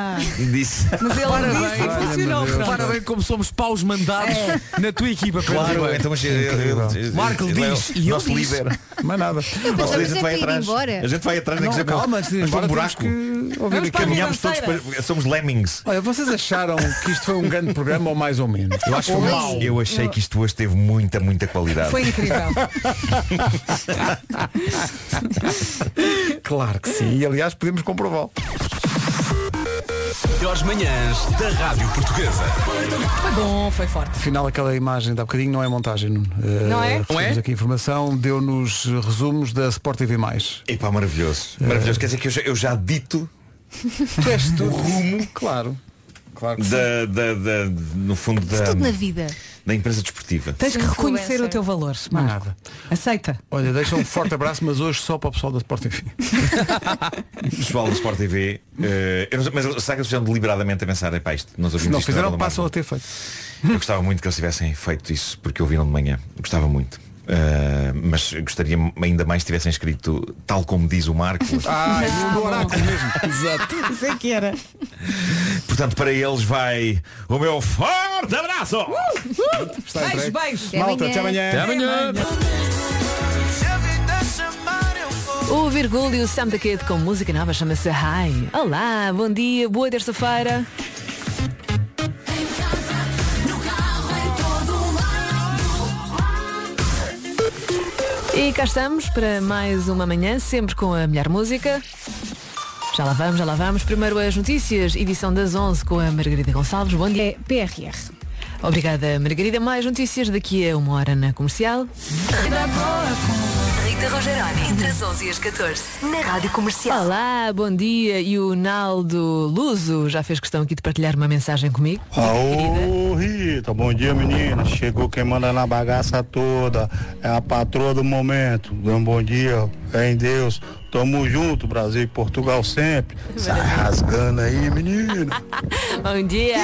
S16: Disse.
S4: Mas ele
S8: Parabéns.
S4: disse e funcionou.
S8: Parabéns.
S4: Fernando.
S8: Parabéns como somos paus mandados
S2: É.
S8: na tua equipa. Pedro
S16: Claro,
S8: Ribeiro.
S16: então mas eu- eu- eu-
S8: Marco
S2: é
S16: eu- eu-
S8: diz e eu
S16: nosso
S8: diz.
S16: líder.
S2: Mais nada.
S5: pensava
S16: Nosso
S5: é que
S16: líder
S5: já
S16: vai
S5: tinha ido
S16: atrás.
S5: embora.
S16: A gente vai atrás, nem
S2: É. Não,
S16: que
S8: é
S16: seja
S2: calma,
S16: para-
S2: antes de ir
S16: mas para
S2: embora,
S16: um
S2: temos
S16: buraco.
S2: que
S16: Aqui
S2: ouvir aqui a
S3: é um
S16: Caminhamos todos
S2: financeira.
S16: para. Somos lemmings.
S2: Olha, vocês acharam que isto foi um grande programa ou mais ou menos?
S16: Eu, acho que
S2: ou
S16: foi-
S2: mau?
S16: eu achei que isto hoje teve muita, muita qualidade.
S4: Foi incrível.
S2: Claro que sim. E aliás podemos comprová-lo.
S19: Melhores manhãs da Rádio Portuguesa.
S4: Foi bom, foi forte.
S2: Afinal, aquela imagem de há bocadinho não é montagem, Nuno. Eh,
S4: Não é?
S2: recebemos
S4: Não é?
S2: aqui a informação, deu-nos resumos da Sport TV+.
S16: Epá, maravilhoso.
S2: É.
S16: Maravilhoso. Quer dizer que eu já, eu já dito o rumo
S2: Claro. Claro que sim.
S16: da, ah, da, da- no fundo da,
S5: Tudo na vida.
S16: da imprensa desportiva.
S4: Tens que reconhecer o teu valor,
S3: é
S2: Não
S4: Marco.
S2: nada.
S4: Aceita.
S2: Olha, deixa um forte abraço, mas hoje só para o pessoal da Sport TV.
S16: Pessoal da Sport TV. eh, eu não sei, mas será que eles fizeram deliberadamente a pensar, epá, isto nós ouvimos
S2: Se não
S16: isto na hora
S2: fizeram,
S16: do
S2: passam a ter feito.
S16: Eu gostava muito que eles tivessem feito isso porque ouviram de manhã. Gostava muito. Ah, mas gostaria ainda mais que tivessem escrito tal como diz o Marco.
S2: Ah, isso do oráculo mesmo.
S4: Exato. Sei que era.
S16: Portanto, para eles vai o meu forte abraço!
S2: Está
S4: Beijo,
S2: entregue.
S4: beijo.
S2: Malta, até amanhã.
S8: Até amanhã.
S12: O Virgulho e o Sam the Kid com música nova chama-se High. Olá, bom dia, boa terça-feira. E cá estamos para mais uma manhã, sempre com a melhor música. Já lá vamos, já lá vamos. Primeiro as notícias, edição das 11 com a Margarida Gonçalves. Bom dia. É PRR. Obrigada, Margarida. Mais notícias daqui a uma hora na comercial.
S11: Rita Rogeroni, entre as 11 e as 14, na Rádio Comercial.
S12: Olá, bom dia. E o Naldo Luso já fez questão aqui de partilhar uma mensagem comigo.
S22: Aô, Rita, bom dia, menina. Chegou quem manda na bagaça toda. É a patroa do momento. Um bom dia, é em Deus. Tamo junto, Brasil e Portugal sempre. Sai rasgando aí, menina.
S12: Bom dia.